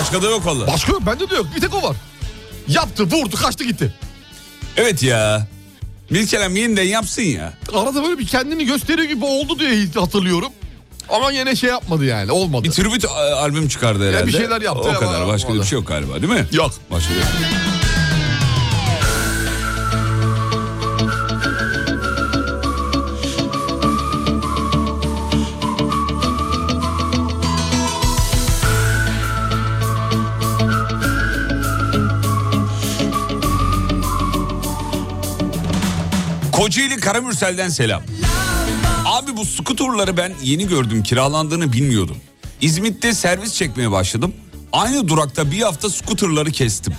[SPEAKER 7] Başka da yok vallahi.
[SPEAKER 4] Başka yok bende de yok bir tek o var. Yaptı vurdu kaçtı gitti.
[SPEAKER 7] Evet ya. Mirkelam yeniden yapsın ya.
[SPEAKER 4] Arada böyle bir kendini gösteriyor gibi oldu diye hatırlıyorum. Ama yine şey yapmadı yani olmadı.
[SPEAKER 7] Bir tribüt e, albüm çıkardı herhalde.
[SPEAKER 4] bir şeyler yaptı
[SPEAKER 7] O
[SPEAKER 4] ama
[SPEAKER 7] kadar başka da bir
[SPEAKER 4] olmadı.
[SPEAKER 7] şey yok galiba değil mi?
[SPEAKER 4] Yok.
[SPEAKER 7] Başka da yok.
[SPEAKER 3] Kocaeli Karamürsel'den selam. Abi bu skuturları ben yeni gördüm kiralandığını bilmiyordum. İzmit'te servis çekmeye başladım. Aynı durakta bir hafta skuturları kestim.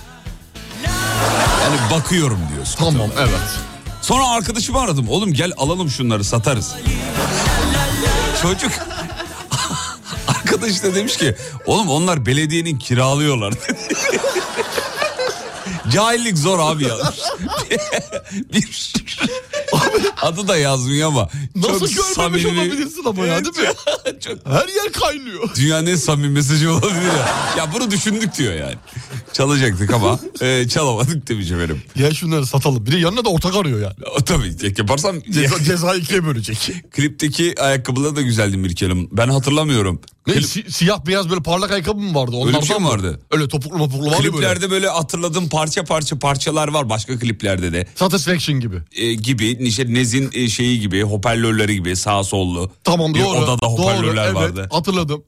[SPEAKER 3] Yani bakıyorum diyor. skuter.
[SPEAKER 4] Tamam evet.
[SPEAKER 3] Sonra arkadaşımı aradım. Oğlum gel alalım şunları satarız. Çocuk arkadaş da demiş ki oğlum onlar belediyenin kiralıyorlar. Cahillik zor abi yazmış. bir adı da yazmıyor ama
[SPEAKER 4] Nasıl
[SPEAKER 3] çok
[SPEAKER 4] görmemiş
[SPEAKER 3] samimi.
[SPEAKER 4] olabilirsin ama ya değil mi?
[SPEAKER 3] çok
[SPEAKER 4] Her yer kaynıyor.
[SPEAKER 3] dünyanın en samimi mesajı olabilir ya. Ya bunu düşündük diyor yani. Çalacaktık ama e, çalamadık demiş efendim.
[SPEAKER 4] Ya şunları satalım. Bir de yanına da ortak arıyor yani.
[SPEAKER 3] O, tabii tek yaparsam
[SPEAKER 4] Ceza, cezayı ikiye bölecek.
[SPEAKER 3] Klipteki ayakkabıları da güzeldi Mirke Hanım. Ben hatırlamıyorum.
[SPEAKER 4] Ne,
[SPEAKER 3] Klip-
[SPEAKER 4] si- siyah beyaz böyle parlak ayakkabı mı vardı?
[SPEAKER 3] Öyle bir şey
[SPEAKER 4] Onlardan
[SPEAKER 3] mi
[SPEAKER 4] mı?
[SPEAKER 3] vardı?
[SPEAKER 4] Öyle topuklu topuklu var ya böyle.
[SPEAKER 3] Kliplerde böyle hatırladığım parça parça parçalar var başka kliplerde de.
[SPEAKER 4] Satisfaction gibi.
[SPEAKER 3] E, gibi işte Nez'in e, şeyi gibi hoparlörleri gibi sağ sollu.
[SPEAKER 4] Tamam
[SPEAKER 3] bir
[SPEAKER 4] doğru.
[SPEAKER 3] odada hoparlörler
[SPEAKER 4] doğru,
[SPEAKER 3] vardı.
[SPEAKER 4] Evet, hatırladım.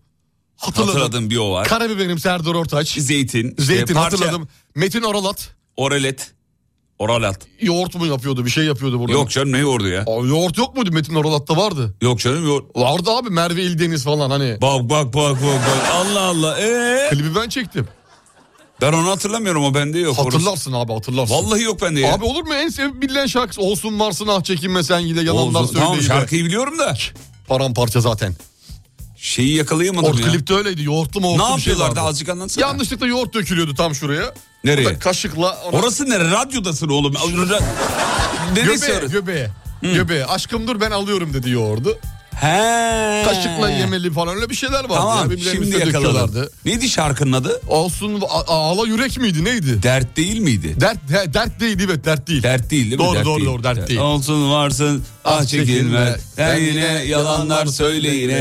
[SPEAKER 4] Hatırladım.
[SPEAKER 3] Hatırladım bir o var.
[SPEAKER 4] Karabiberim Serdar Ortaç.
[SPEAKER 3] Zeytin. işte
[SPEAKER 4] Zeytin
[SPEAKER 3] parça-
[SPEAKER 4] hatırladım. Metin Aralat
[SPEAKER 3] Oralet. Oralat.
[SPEAKER 4] yoğurt mu yapıyordu bir şey yapıyordu burada.
[SPEAKER 3] Yok canım ne yordu ya?
[SPEAKER 4] Aa, yoğurt yok muydu Metin Aralat'ta vardı.
[SPEAKER 3] Yok canım yoğurt.
[SPEAKER 4] Vardı abi Merve İldeniz falan hani.
[SPEAKER 3] Bak bak bak bak bak. Allah Allah. Ee?
[SPEAKER 4] Klibi ben çektim.
[SPEAKER 3] Ben onu hatırlamıyorum o bende yok. Orası-
[SPEAKER 4] Hatırlarsın abi hatırlarsın.
[SPEAKER 3] Vallahi yok bende ya.
[SPEAKER 4] Abi olur mu en sev bilinen şarkısı olsun varsın ah çekinme sen yine
[SPEAKER 3] Oğlum,
[SPEAKER 4] yalanlar söyle
[SPEAKER 3] tamam
[SPEAKER 4] yine.
[SPEAKER 3] şarkıyı biliyorum da
[SPEAKER 4] Paramparça zaten.
[SPEAKER 3] şeyi yakalayamadım
[SPEAKER 4] Or
[SPEAKER 3] ya.
[SPEAKER 4] klipte öyleydi yoğurtlu mu
[SPEAKER 3] Ne
[SPEAKER 4] yoğurtlu bir şey
[SPEAKER 3] yapıyorlardı
[SPEAKER 4] vardı.
[SPEAKER 3] azıcık anlatsana.
[SPEAKER 4] Yanlışlıkla yoğurt dökülüyordu tam şuraya.
[SPEAKER 3] Nereye?
[SPEAKER 4] Orada kaşıkla. ona-
[SPEAKER 3] Orası nere? Radyodasın oğlum. Ra- Neresi
[SPEAKER 4] göbeğe,
[SPEAKER 3] orası?
[SPEAKER 4] göbeğe. Göbeğe. Aşkım dur ben alıyorum dedi yoğurdu.
[SPEAKER 3] He.
[SPEAKER 4] Kaşıkla yemeli falan öyle bir şeyler vardı.
[SPEAKER 3] Tamam
[SPEAKER 4] ya, birbirlerinin
[SPEAKER 3] şimdi
[SPEAKER 4] üstüne
[SPEAKER 3] yakaladım.
[SPEAKER 4] döküyorlardı.
[SPEAKER 3] Neydi şarkının adı?
[SPEAKER 4] Olsun a- ağla yürek miydi neydi?
[SPEAKER 3] Dert değil miydi?
[SPEAKER 4] Dert, he, dert değil evet dert değil.
[SPEAKER 3] Dert değil değil mi?
[SPEAKER 4] Doğru,
[SPEAKER 3] dert
[SPEAKER 4] doğru,
[SPEAKER 3] değil.
[SPEAKER 4] doğru, dert değil.
[SPEAKER 3] Olsun varsın ah çekinme. Sen yine yalanlar söyle yine.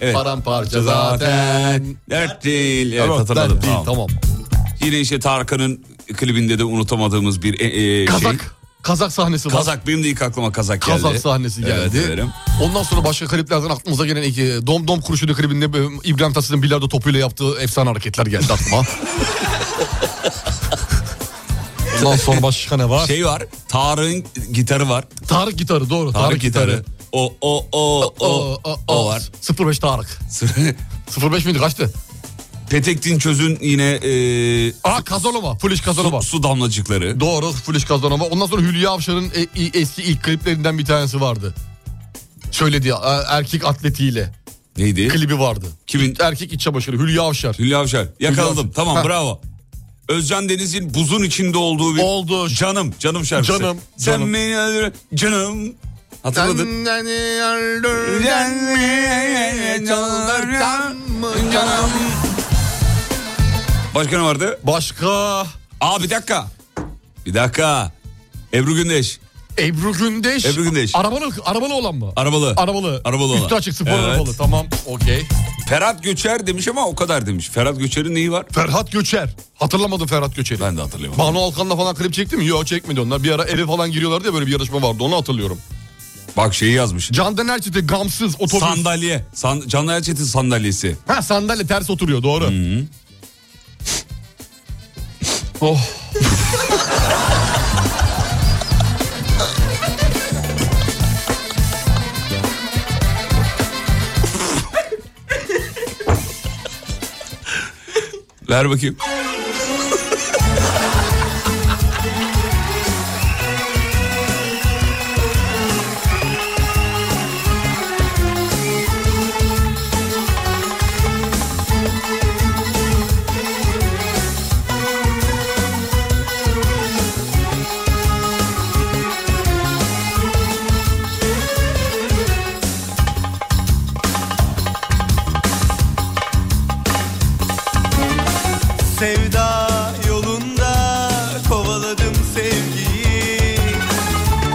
[SPEAKER 3] Evet.
[SPEAKER 4] Paramparça zaten.
[SPEAKER 3] Dert değil. Evet,
[SPEAKER 4] Evet,
[SPEAKER 3] hatırladım.
[SPEAKER 4] dert değil tamam.
[SPEAKER 3] Yine işte Tarkan'ın klibinde de unutamadığımız bir e, e, şey.
[SPEAKER 4] Kazak. Kazak sahnesi var.
[SPEAKER 3] Kazak benim de ilk aklıma kazak geldi.
[SPEAKER 4] Kazak sahnesi
[SPEAKER 3] Evet,
[SPEAKER 4] geldi.
[SPEAKER 3] severim.
[SPEAKER 4] Ondan sonra başka kliplerden aklımıza gelen iki Dom Dom Kurşunu klibinde e, İbrahim Tatlıses'in bilardo topuyla yaptığı efsane hareketler geldi aklıma. Ondan sonra başka ne var?
[SPEAKER 3] Şey var. Tarık'ın gitarı var. Tarık,
[SPEAKER 4] Tarık gitarı doğru. Tarık,
[SPEAKER 3] gitarı.
[SPEAKER 4] gitarı.
[SPEAKER 3] O o o o o, var.
[SPEAKER 4] 05 Tarık. 05 miydi kaçtı?
[SPEAKER 3] Petek Dinçöz'ün yine e,
[SPEAKER 4] Aa Kazanova. Fuliş Kazanova.
[SPEAKER 3] su, su damlacıkları.
[SPEAKER 4] Doğru Fuliş Kazanova. Ondan sonra Hülya Avşar'ın e- e- eski ilk kliplerinden bir tanesi vardı. Söylediği e, erkek atletiyle
[SPEAKER 3] Neydi?
[SPEAKER 4] klibi vardı.
[SPEAKER 3] Kimin?
[SPEAKER 4] Erkek iç çamaşırı Hülya Avşar.
[SPEAKER 3] Hülya Avşar. Yakaladım.
[SPEAKER 4] Avşar.
[SPEAKER 3] Tamam
[SPEAKER 4] Ha.
[SPEAKER 3] bravo. Özcan Deniz'in buzun içinde olduğu bir...
[SPEAKER 4] Oldu.
[SPEAKER 3] Canım. Canım şarkısı.
[SPEAKER 4] Canım,
[SPEAKER 3] Sen
[SPEAKER 4] canım.
[SPEAKER 3] beni öldür... Canım. Hatırladın. Canım. Başka ne vardı?
[SPEAKER 4] Başka
[SPEAKER 3] Aa bir dakika. Bir dakika. Ebru Gündeş.
[SPEAKER 4] Ebru Gündeş.
[SPEAKER 3] Ebru Gündeş.
[SPEAKER 4] Arabalı, arabalı olan mı?
[SPEAKER 3] Arabalı.
[SPEAKER 4] Arabalı.
[SPEAKER 3] Arabalı olan.
[SPEAKER 4] Üstü açık spor
[SPEAKER 3] Evet.
[SPEAKER 4] arabalı. Tamam. Okey.
[SPEAKER 3] Ferhat Göçer demiş ama o kadar demiş. Ferhat Göçer'in neyi var?
[SPEAKER 4] Ferhat Göçer. Hatırlamadım Ferhat Göçer'i.
[SPEAKER 3] Ben de hatırlayamadım.
[SPEAKER 4] Banu Alkan'la falan klip çekti mi? Yok çekmedi onlar. Bir ara eve falan giriyorlardı ya böyle bir yarışma vardı. Onu hatırlıyorum.
[SPEAKER 3] Bak şeyi yazmış.
[SPEAKER 4] Candan Erçetin gamsız otobüs.
[SPEAKER 3] Sandalye. San, Canlı Erçetin sandalyesi.
[SPEAKER 4] ha sandalye ters oturuyor doğru. oh.
[SPEAKER 3] Ver bakayım.
[SPEAKER 5] Sevda yolunda kovaladım sevgiyi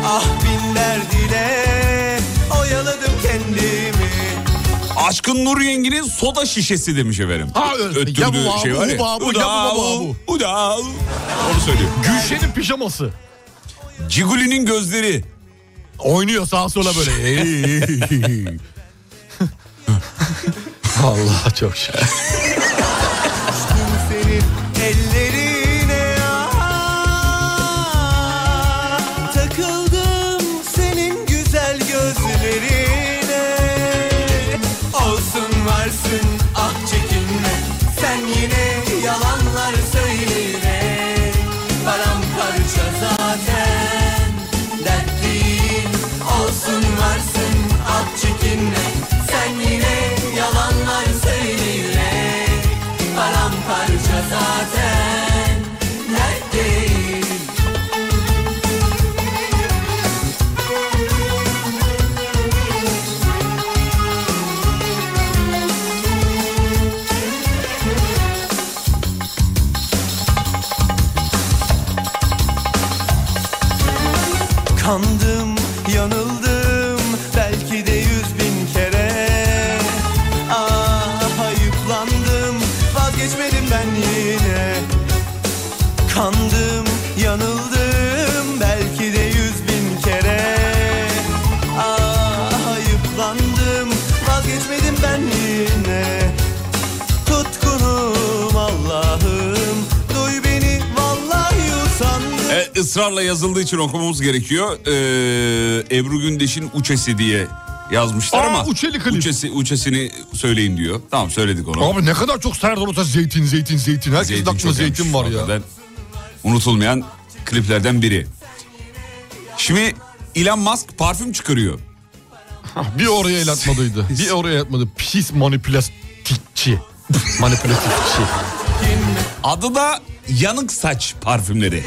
[SPEAKER 5] Ah bin derdine oyaladım kendimi
[SPEAKER 3] Aşkın Nur Yengi'nin soda şişesi demiş efendim.
[SPEAKER 4] Ha, evet.
[SPEAKER 3] Öttürdüğü
[SPEAKER 4] Ya bu var,
[SPEAKER 3] şey
[SPEAKER 4] bu
[SPEAKER 3] var ya.
[SPEAKER 4] var, bu, ya bu
[SPEAKER 3] Udav,
[SPEAKER 4] var, bu.
[SPEAKER 3] udav. Onu söylüyor.
[SPEAKER 4] Gülşen'in pijaması.
[SPEAKER 3] Ciguli'nin gözleri.
[SPEAKER 4] Oynuyor sağa sola böyle. Allah çok şükür.
[SPEAKER 5] senin ellerine ah, takıldım ah
[SPEAKER 10] Ah, Düşmedim Ah, ben yine Tutkunum Allah'ım Duy beni vallahi usandım
[SPEAKER 3] E, ısrarla yazıldığı için okumamız gerekiyor. E, Ebru Gündeş'in uçesi diye yazmışlar
[SPEAKER 4] Aa,
[SPEAKER 3] ama
[SPEAKER 4] uçeli klip.
[SPEAKER 3] uçesi uçesini söyleyin diyor. Tamam söyledik onu.
[SPEAKER 4] Abi ne kadar çok Serdar Ortaç zeytin zeytin zeytin. Herkesin
[SPEAKER 3] Zeytin
[SPEAKER 4] aklında
[SPEAKER 3] çok
[SPEAKER 4] zeytin
[SPEAKER 3] yanlış.
[SPEAKER 4] var ya.
[SPEAKER 3] Hakikaten Unutulmayan kliplerden biri. Şimdi Elon Musk parfüm çıkarıyor.
[SPEAKER 4] Bir oraya el atmadıydı. bir oraya atmadı. Pis manipülastikçi. manipülastikçi.
[SPEAKER 3] Adı da yanık saç parfümleri.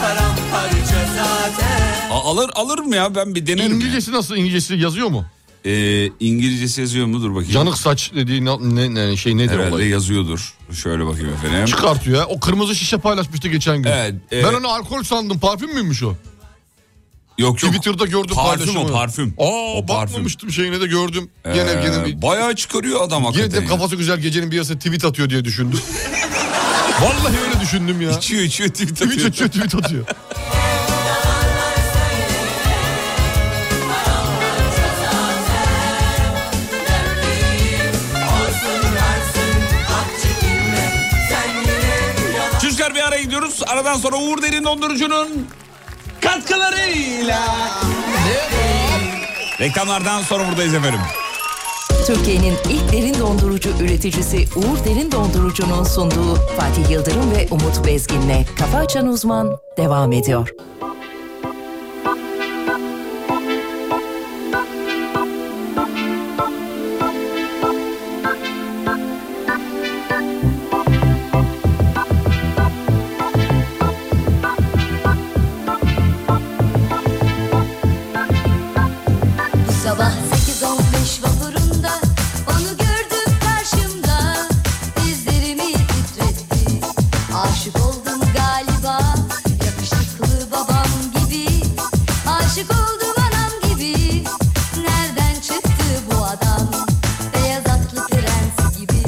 [SPEAKER 10] Paramparça zaten
[SPEAKER 3] A- alır alır mı ya ben bir denerim. ya.
[SPEAKER 4] İngilizcesi nasıl? İngilizcesi yazıyor mu?
[SPEAKER 3] E, İngilizcesi yazıyor mu dur bakayım.
[SPEAKER 4] Yanık saç dediği ne, ne- ne- şey nedir
[SPEAKER 3] Herhalde
[SPEAKER 4] olay?
[SPEAKER 3] yazıyordur. Şöyle bakayım efendim.
[SPEAKER 4] Çıkartıyor ya. O kırmızı şişe paylaşmıştı geçen gün.
[SPEAKER 3] Evet, e- evet.
[SPEAKER 4] Ben onu alkol sandım. Parfüm müymüş o?
[SPEAKER 3] Yok yok.
[SPEAKER 4] Twitter'da gördüm
[SPEAKER 3] Parfüm o
[SPEAKER 4] paylaşımı.
[SPEAKER 3] parfüm.
[SPEAKER 4] Aa
[SPEAKER 3] o parfüm.
[SPEAKER 4] bakmamıştım şeyine de gördüm. Gene
[SPEAKER 3] Ee,
[SPEAKER 4] gene bir...
[SPEAKER 3] bayağı çıkarıyor adam
[SPEAKER 4] Gene
[SPEAKER 3] hakikaten.
[SPEAKER 4] dedim
[SPEAKER 3] ya.
[SPEAKER 4] kafası güzel gecenin bir yarısı tweet atıyor diye düşündüm. Vallahi öyle düşündüm ya.
[SPEAKER 3] İçiyor içiyor tweet
[SPEAKER 4] tweet
[SPEAKER 3] atıyor.
[SPEAKER 4] atıyor tweet atıyor.
[SPEAKER 3] Çocuklar bir araya gidiyoruz. Aradan sonra Uğur Derin Dondurucu'nun katkılarıyla. Reklamlardan sonra buradayız efendim.
[SPEAKER 1] Türkiye'nin ilk derin dondurucu üreticisi Uğur Derin Dondurucu'nun sunduğu Fatih Yıldırım ve Umut Bezgin'le Kafa Açan Uzman devam ediyor.
[SPEAKER 11] Bu sabah 8.15 vapurunda Onu gördüm karşımda Dizlerimi titretti Aşık oldum galiba Yakışıklı babam gibi Aşık oldum anam gibi Nereden çıktı bu adam Beyaz atlı prensi gibi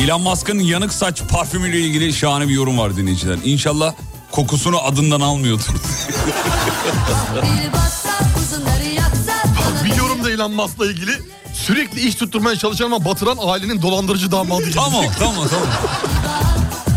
[SPEAKER 3] Elon Musk'ın yanık saç parfümüyle ilgili şahane bir yorum var dinleyiciler. İnşallah kokusunu adından almıyordur.
[SPEAKER 11] Bir baksa uzunları yapsa bana
[SPEAKER 4] Bir
[SPEAKER 11] verir.
[SPEAKER 4] yorumda Elon Musk'la ilgili sürekli iş tutturmaya çalışan ama batıran ailenin dolandırıcı damadı gibi.
[SPEAKER 3] tamam tamam tamam.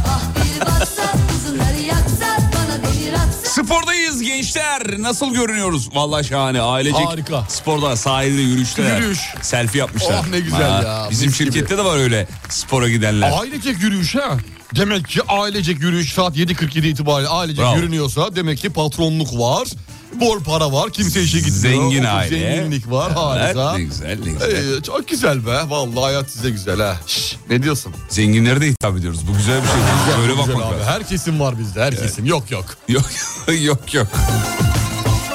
[SPEAKER 11] Ah bir baksa uzunları yaksa bana delir atsa
[SPEAKER 3] Spordayız gençler. Nasıl görünüyoruz? Vallahi şahane. Ailecek
[SPEAKER 4] Harika.
[SPEAKER 3] sporda sahilde yürüyüşler.
[SPEAKER 4] Yürüyüş.
[SPEAKER 3] Selfie yapmışlar.
[SPEAKER 4] Oh, ne güzel ya,
[SPEAKER 3] Bizim
[SPEAKER 4] mis gibi.
[SPEAKER 3] şirkette de var öyle spora gidenler.
[SPEAKER 4] Ailecek yürüyüş ha. Demek ki ailecek yürüyüş saat 7.47 itibariyle ailecek
[SPEAKER 3] Bravo.
[SPEAKER 4] yürünüyorsa demek ki patronluk var. Bol para var. Kimse işe gitmiyor.
[SPEAKER 3] Zengin
[SPEAKER 4] okul
[SPEAKER 3] aile.
[SPEAKER 4] Zenginlik var.
[SPEAKER 3] Evet,
[SPEAKER 4] harika.
[SPEAKER 3] ne güzel, ne güzel.
[SPEAKER 4] Ee, çok güzel be. Vallahi hayat size güzel ha. Şş, ne diyorsun?
[SPEAKER 3] Zenginlere de hitap ediyoruz. Bu güzel bir şey. Böyle
[SPEAKER 4] Güzel
[SPEAKER 3] bakmak
[SPEAKER 4] abi.
[SPEAKER 3] lazım.
[SPEAKER 4] Her kesim var bizde. Her kesim. Yok yok.
[SPEAKER 3] Yok yok yok.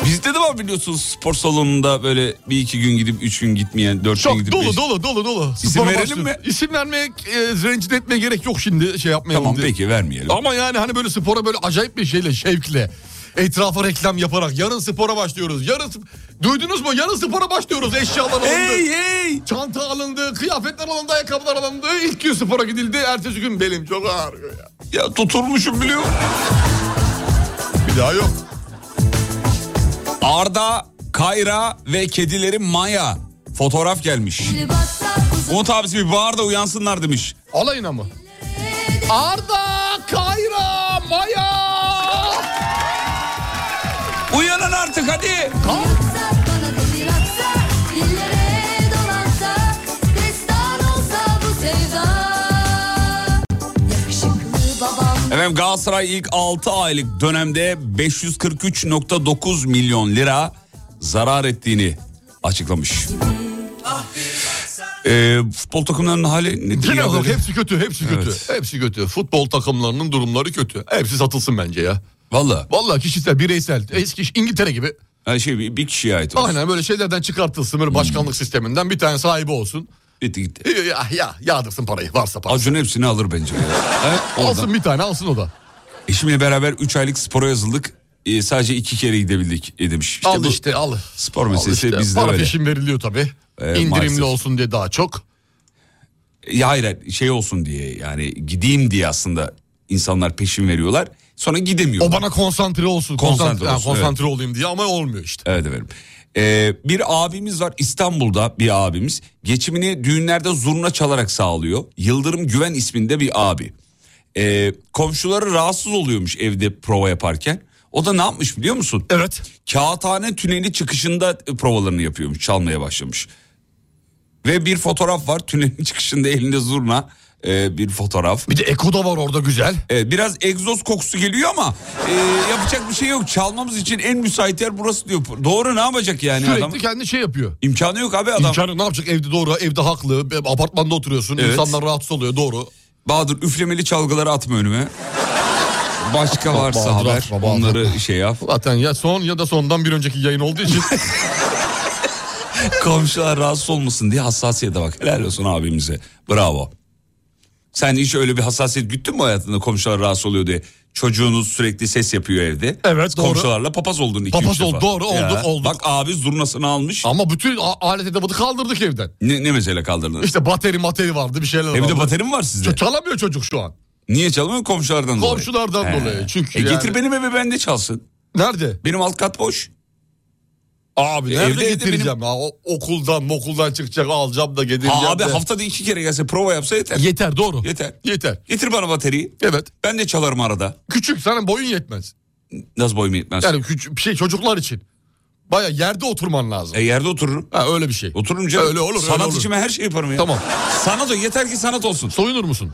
[SPEAKER 3] Bizde de var biliyorsunuz spor salonunda böyle bir iki gün gidip üç gün gitmeyen, dört gün
[SPEAKER 4] Çok
[SPEAKER 3] gidip
[SPEAKER 4] dolu
[SPEAKER 3] beş-
[SPEAKER 4] dolu dolu dolu.
[SPEAKER 3] İsim
[SPEAKER 4] Spora
[SPEAKER 3] verelim
[SPEAKER 4] başlıyoruz.
[SPEAKER 3] mi?
[SPEAKER 4] İsim vermek, e, rencide etmeye gerek yok şimdi şey yapmayalım
[SPEAKER 3] Tamam
[SPEAKER 4] diye.
[SPEAKER 3] peki vermeyelim.
[SPEAKER 4] Ama yani hani böyle spora böyle acayip bir şeyle şevkle etrafa reklam yaparak yarın spora başlıyoruz. Yarın sp- duydunuz mu? Yarın spora başlıyoruz. Eşyalar alındı.
[SPEAKER 3] Hey hey!
[SPEAKER 4] Çanta alındı, kıyafetler alındı, ayakkabılar alındı. İlk gün spora gidildi. Ertesi gün belim çok ağrıyor ya.
[SPEAKER 3] Ya tutulmuşum biliyor musun?
[SPEAKER 4] Bir daha yok.
[SPEAKER 3] Arda, Kayra ve kedileri Maya fotoğraf gelmiş.
[SPEAKER 11] bir baksa uzun
[SPEAKER 3] Umut abisi bir bağır da uyansınlar demiş.
[SPEAKER 4] Alayına mı? Arda, Kayra, Maya.
[SPEAKER 3] Uyanın artık hadi.
[SPEAKER 11] Yaksa bana demir atsa Dillere dolansa Destan olsa bu sevda Yakışıklı babam
[SPEAKER 3] Efendim Galatasaray ilk 6 aylık dönemde 543.9 milyon lira zarar ettiğini açıklamış. Ee, futbol takımlarının hali ne
[SPEAKER 4] Yine
[SPEAKER 3] ya
[SPEAKER 4] yok,
[SPEAKER 3] böyle?
[SPEAKER 4] hepsi kötü, hepsi kötü.
[SPEAKER 3] Evet.
[SPEAKER 4] Hepsi kötü. Futbol takımlarının durumları kötü. Hepsi satılsın bence ya.
[SPEAKER 3] Valla
[SPEAKER 4] Vallahi kişisel, bireysel. Eski İngiltere gibi.
[SPEAKER 3] her şey bir, bir kişiye ait olsun.
[SPEAKER 4] Aynen böyle şeylerden çıkartılsın.
[SPEAKER 3] Hmm.
[SPEAKER 4] Böyle başkanlık sisteminden bir tane sahibi olsun.
[SPEAKER 3] Bitti gitti.
[SPEAKER 4] Ya, ya yağdırsın parayı varsa parası.
[SPEAKER 3] Acun hepsini alır bence. ya. He, oradan.
[SPEAKER 4] Alsın bir tane alsın o da.
[SPEAKER 3] Eşimle beraber 3 aylık spora yazıldık. Ee, sadece 2 kere gidebildik e, demiş.
[SPEAKER 4] al
[SPEAKER 3] bu
[SPEAKER 4] işte al.
[SPEAKER 3] Spor
[SPEAKER 4] Al
[SPEAKER 3] meselesi
[SPEAKER 4] işte.
[SPEAKER 3] bizde
[SPEAKER 4] Para
[SPEAKER 3] öyle.
[SPEAKER 4] peşin veriliyor tabii.
[SPEAKER 3] Ee,
[SPEAKER 4] İndirimli
[SPEAKER 3] maalesef.
[SPEAKER 4] olsun diye daha çok.
[SPEAKER 3] Ya hayır, hayır şey olsun diye yani gideyim diye aslında insanlar peşin veriyorlar. Sonra gidemiyorlar.
[SPEAKER 4] O bana konsantre olsun.
[SPEAKER 3] Konsantre
[SPEAKER 4] Konsantre, yani
[SPEAKER 3] olsun,
[SPEAKER 4] konsantre olayım diye ama olmuyor işte.
[SPEAKER 3] Evet efendim. Ee, bir abimiz var İstanbul'da bir abimiz. Geçimini düğünlerde zurna çalarak sağlıyor. Yıldırım Güven isminde bir abi. Ee, komşuları rahatsız oluyormuş evde prova yaparken. O da ne yapmış biliyor musun?
[SPEAKER 4] Evet.
[SPEAKER 3] Kağıthane tüneli çıkışında e, provalarını yapıyormuş, çalmaya başlamış. Ve bir fotoğraf var tünelin çıkışında elinde zurna e, bir fotoğraf.
[SPEAKER 4] Bir de Eko da var orada güzel.
[SPEAKER 3] Evet, E, biraz egzoz kokusu geliyor ama e, yapacak bir şey yok. Çalmamız için en müsait yer burası diyor. Doğru ne yapacak yani
[SPEAKER 4] Sürekli
[SPEAKER 3] adam?
[SPEAKER 4] kendi şey yapıyor.
[SPEAKER 3] İmkanı yok abi adam.
[SPEAKER 4] İmkanı ne yapacak evde doğru evde haklı e, apartmanda oturuyorsun
[SPEAKER 3] Evet.
[SPEAKER 4] insanlar rahatsız oluyor doğru.
[SPEAKER 3] Bahadır üflemeli çalgıları atma önüme. Başka varsa
[SPEAKER 4] Bahadır
[SPEAKER 3] haber
[SPEAKER 4] atma, Bahadır
[SPEAKER 3] onları şey yap.
[SPEAKER 4] Zaten ya son ya da sondan bir önceki yayın olduğu için
[SPEAKER 3] Komşular rahatsız olmasın diye hassasiyete bak. Helal olsun abimize. Bravo. Sen hiç öyle bir hassasiyet güttün mü hayatında komşular rahatsız oluyor diye? Çocuğunuz sürekli ses yapıyor evde.
[SPEAKER 4] Evet, doğru.
[SPEAKER 3] Komşularla papaz oldun iki
[SPEAKER 4] Papaz
[SPEAKER 3] üç defa.
[SPEAKER 4] oldu, doğru,
[SPEAKER 3] Ya,
[SPEAKER 4] olduk, olduk.
[SPEAKER 3] Bak abi zurnasını almış.
[SPEAKER 4] ama bütün a- alet edevatı kaldırdık evden.
[SPEAKER 3] Ne, ne mesele kaldırdın?
[SPEAKER 4] İşte bateri materi vardı bir şeyler
[SPEAKER 3] Evde
[SPEAKER 4] vardı.
[SPEAKER 3] bateri mi var sizde?
[SPEAKER 4] Ç- Çalamıyor çocuk şu an.
[SPEAKER 3] Niye çalmıyor? Komşulardan dolayı.
[SPEAKER 4] Komşulardan
[SPEAKER 3] He.
[SPEAKER 4] dolayı çünkü
[SPEAKER 3] E getir
[SPEAKER 4] yani-
[SPEAKER 3] benim eve ben de çalsın.
[SPEAKER 4] Nerede?
[SPEAKER 3] Benim alt kat boş.
[SPEAKER 4] Abi
[SPEAKER 3] E, evde
[SPEAKER 4] nerede
[SPEAKER 3] evde
[SPEAKER 4] getireceğim ya? O, okuldan mokuldan çıkacak alacağım da getireceğim
[SPEAKER 3] Aa, abi
[SPEAKER 4] de.
[SPEAKER 3] haftada iki kere gelse prova yapsa yeter.
[SPEAKER 4] Yeter doğru.
[SPEAKER 3] yeter.
[SPEAKER 4] Yeter.
[SPEAKER 3] Getir bana bateriyi.
[SPEAKER 4] Evet.
[SPEAKER 3] Ben de çalarım arada.
[SPEAKER 4] Küçük sana boyun yetmez.
[SPEAKER 3] Nasıl boyum yetmez.
[SPEAKER 4] Yani küçük, bir şey çocuklar için. Baya yerde oturman lazım.
[SPEAKER 3] E yerde otururum.
[SPEAKER 4] Ha, öyle bir şey.
[SPEAKER 3] Otururum canım.
[SPEAKER 4] Öyle olur, öyle
[SPEAKER 3] Sanat
[SPEAKER 4] olur.
[SPEAKER 3] için ben her şeyi yaparım ya.
[SPEAKER 4] Tamam.
[SPEAKER 3] Sanat o yeter ki sanat olsun.
[SPEAKER 4] Soyunur musun?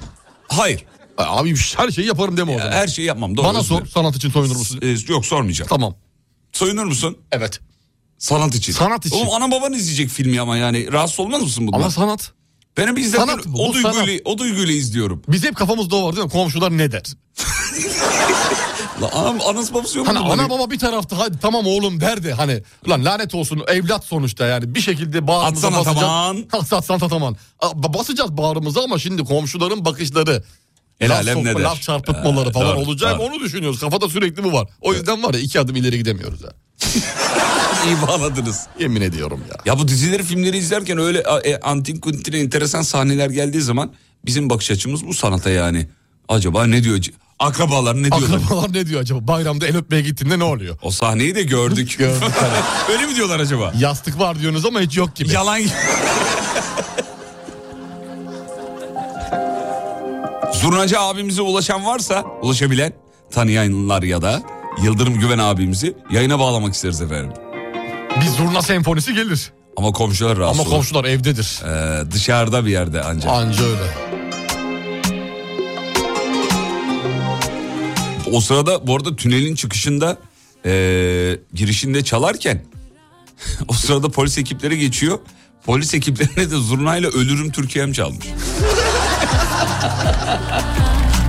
[SPEAKER 3] Hayır.
[SPEAKER 4] Ha, Abi her şeyi yaparım deme o zaman.
[SPEAKER 3] Her şeyi yapmam. Doğru
[SPEAKER 4] Bana
[SPEAKER 3] özür
[SPEAKER 4] sor
[SPEAKER 3] dilerim.
[SPEAKER 4] sanat için soyunur musun?
[SPEAKER 3] E, yok sormayacağım.
[SPEAKER 4] Tamam.
[SPEAKER 3] Soyunur musun?
[SPEAKER 4] Evet.
[SPEAKER 3] Sanat için.
[SPEAKER 4] Sanat için.
[SPEAKER 3] Oğlum ana baban izleyecek filmi ama yani rahatsız olmaz mısın bundan?
[SPEAKER 4] Ama sanat.
[SPEAKER 3] Benim izlerken
[SPEAKER 4] Sanat bu,
[SPEAKER 3] o
[SPEAKER 4] bu
[SPEAKER 3] duyguyla,
[SPEAKER 4] sanat.
[SPEAKER 3] o duyguyla izliyorum.
[SPEAKER 4] Biz hep kafamızda o var değil mi? Komşular ne der?
[SPEAKER 3] La, anam, anası babası yok
[SPEAKER 4] Hani
[SPEAKER 3] mu?
[SPEAKER 4] ana baba bir tarafta hadi tamam oğlum derdi. Hani lan lanet olsun evlat sonuçta yani bir şekilde bağrımıza
[SPEAKER 3] Atsana
[SPEAKER 4] basacağız.
[SPEAKER 3] taman.
[SPEAKER 4] At- Atsana tataman. Basacağız bağrımıza ama şimdi komşuların bakışları.
[SPEAKER 3] El
[SPEAKER 4] laf
[SPEAKER 3] alem
[SPEAKER 4] sokma,
[SPEAKER 3] ne der?
[SPEAKER 4] Laf çarpıtmaları
[SPEAKER 3] Ee,
[SPEAKER 4] falan
[SPEAKER 3] doğru,
[SPEAKER 4] olacak.
[SPEAKER 3] doğru.
[SPEAKER 4] Onu düşünüyoruz. Kafada sürekli bu var. O yüzden var ya iki adım ileri gidemiyoruz ya.
[SPEAKER 3] iyi bağladınız.
[SPEAKER 4] Yemin ediyorum ya.
[SPEAKER 3] Ya bu dizileri filmleri izlerken öyle e, antin kuntin enteresan sahneler geldiği zaman bizim bakış açımız bu sanata yani. Acaba ne diyor? Akrabalar ne diyorlar?
[SPEAKER 4] Akrabalar ne diyor acaba? Bayramda el öpmeye gittiğinde ne oluyor?
[SPEAKER 3] O sahneyi de gördük.
[SPEAKER 4] Gördük,
[SPEAKER 3] öyle mi diyorlar acaba?
[SPEAKER 4] Yastık var diyorsunuz ama hiç yok gibi.
[SPEAKER 3] Yalan. Zurnacı abimize ulaşan varsa ulaşabilen tanıyanlar ya da Yıldırım Güven abimizi yayına bağlamak isteriz efendim.
[SPEAKER 4] Bir zurna senfonisi gelir.
[SPEAKER 3] Ama komşular rahatsız
[SPEAKER 4] Ama
[SPEAKER 3] olur.
[SPEAKER 4] komşular evdedir.
[SPEAKER 3] Ee, dışarıda bir yerde ancak.
[SPEAKER 4] Anca öyle.
[SPEAKER 3] O sırada bu arada tünelin çıkışında eee, girişinde çalarken o sırada polis ekipleri geçiyor. Polis ekiplerine de zurnayla ölürüm Türkiye'm çalmış.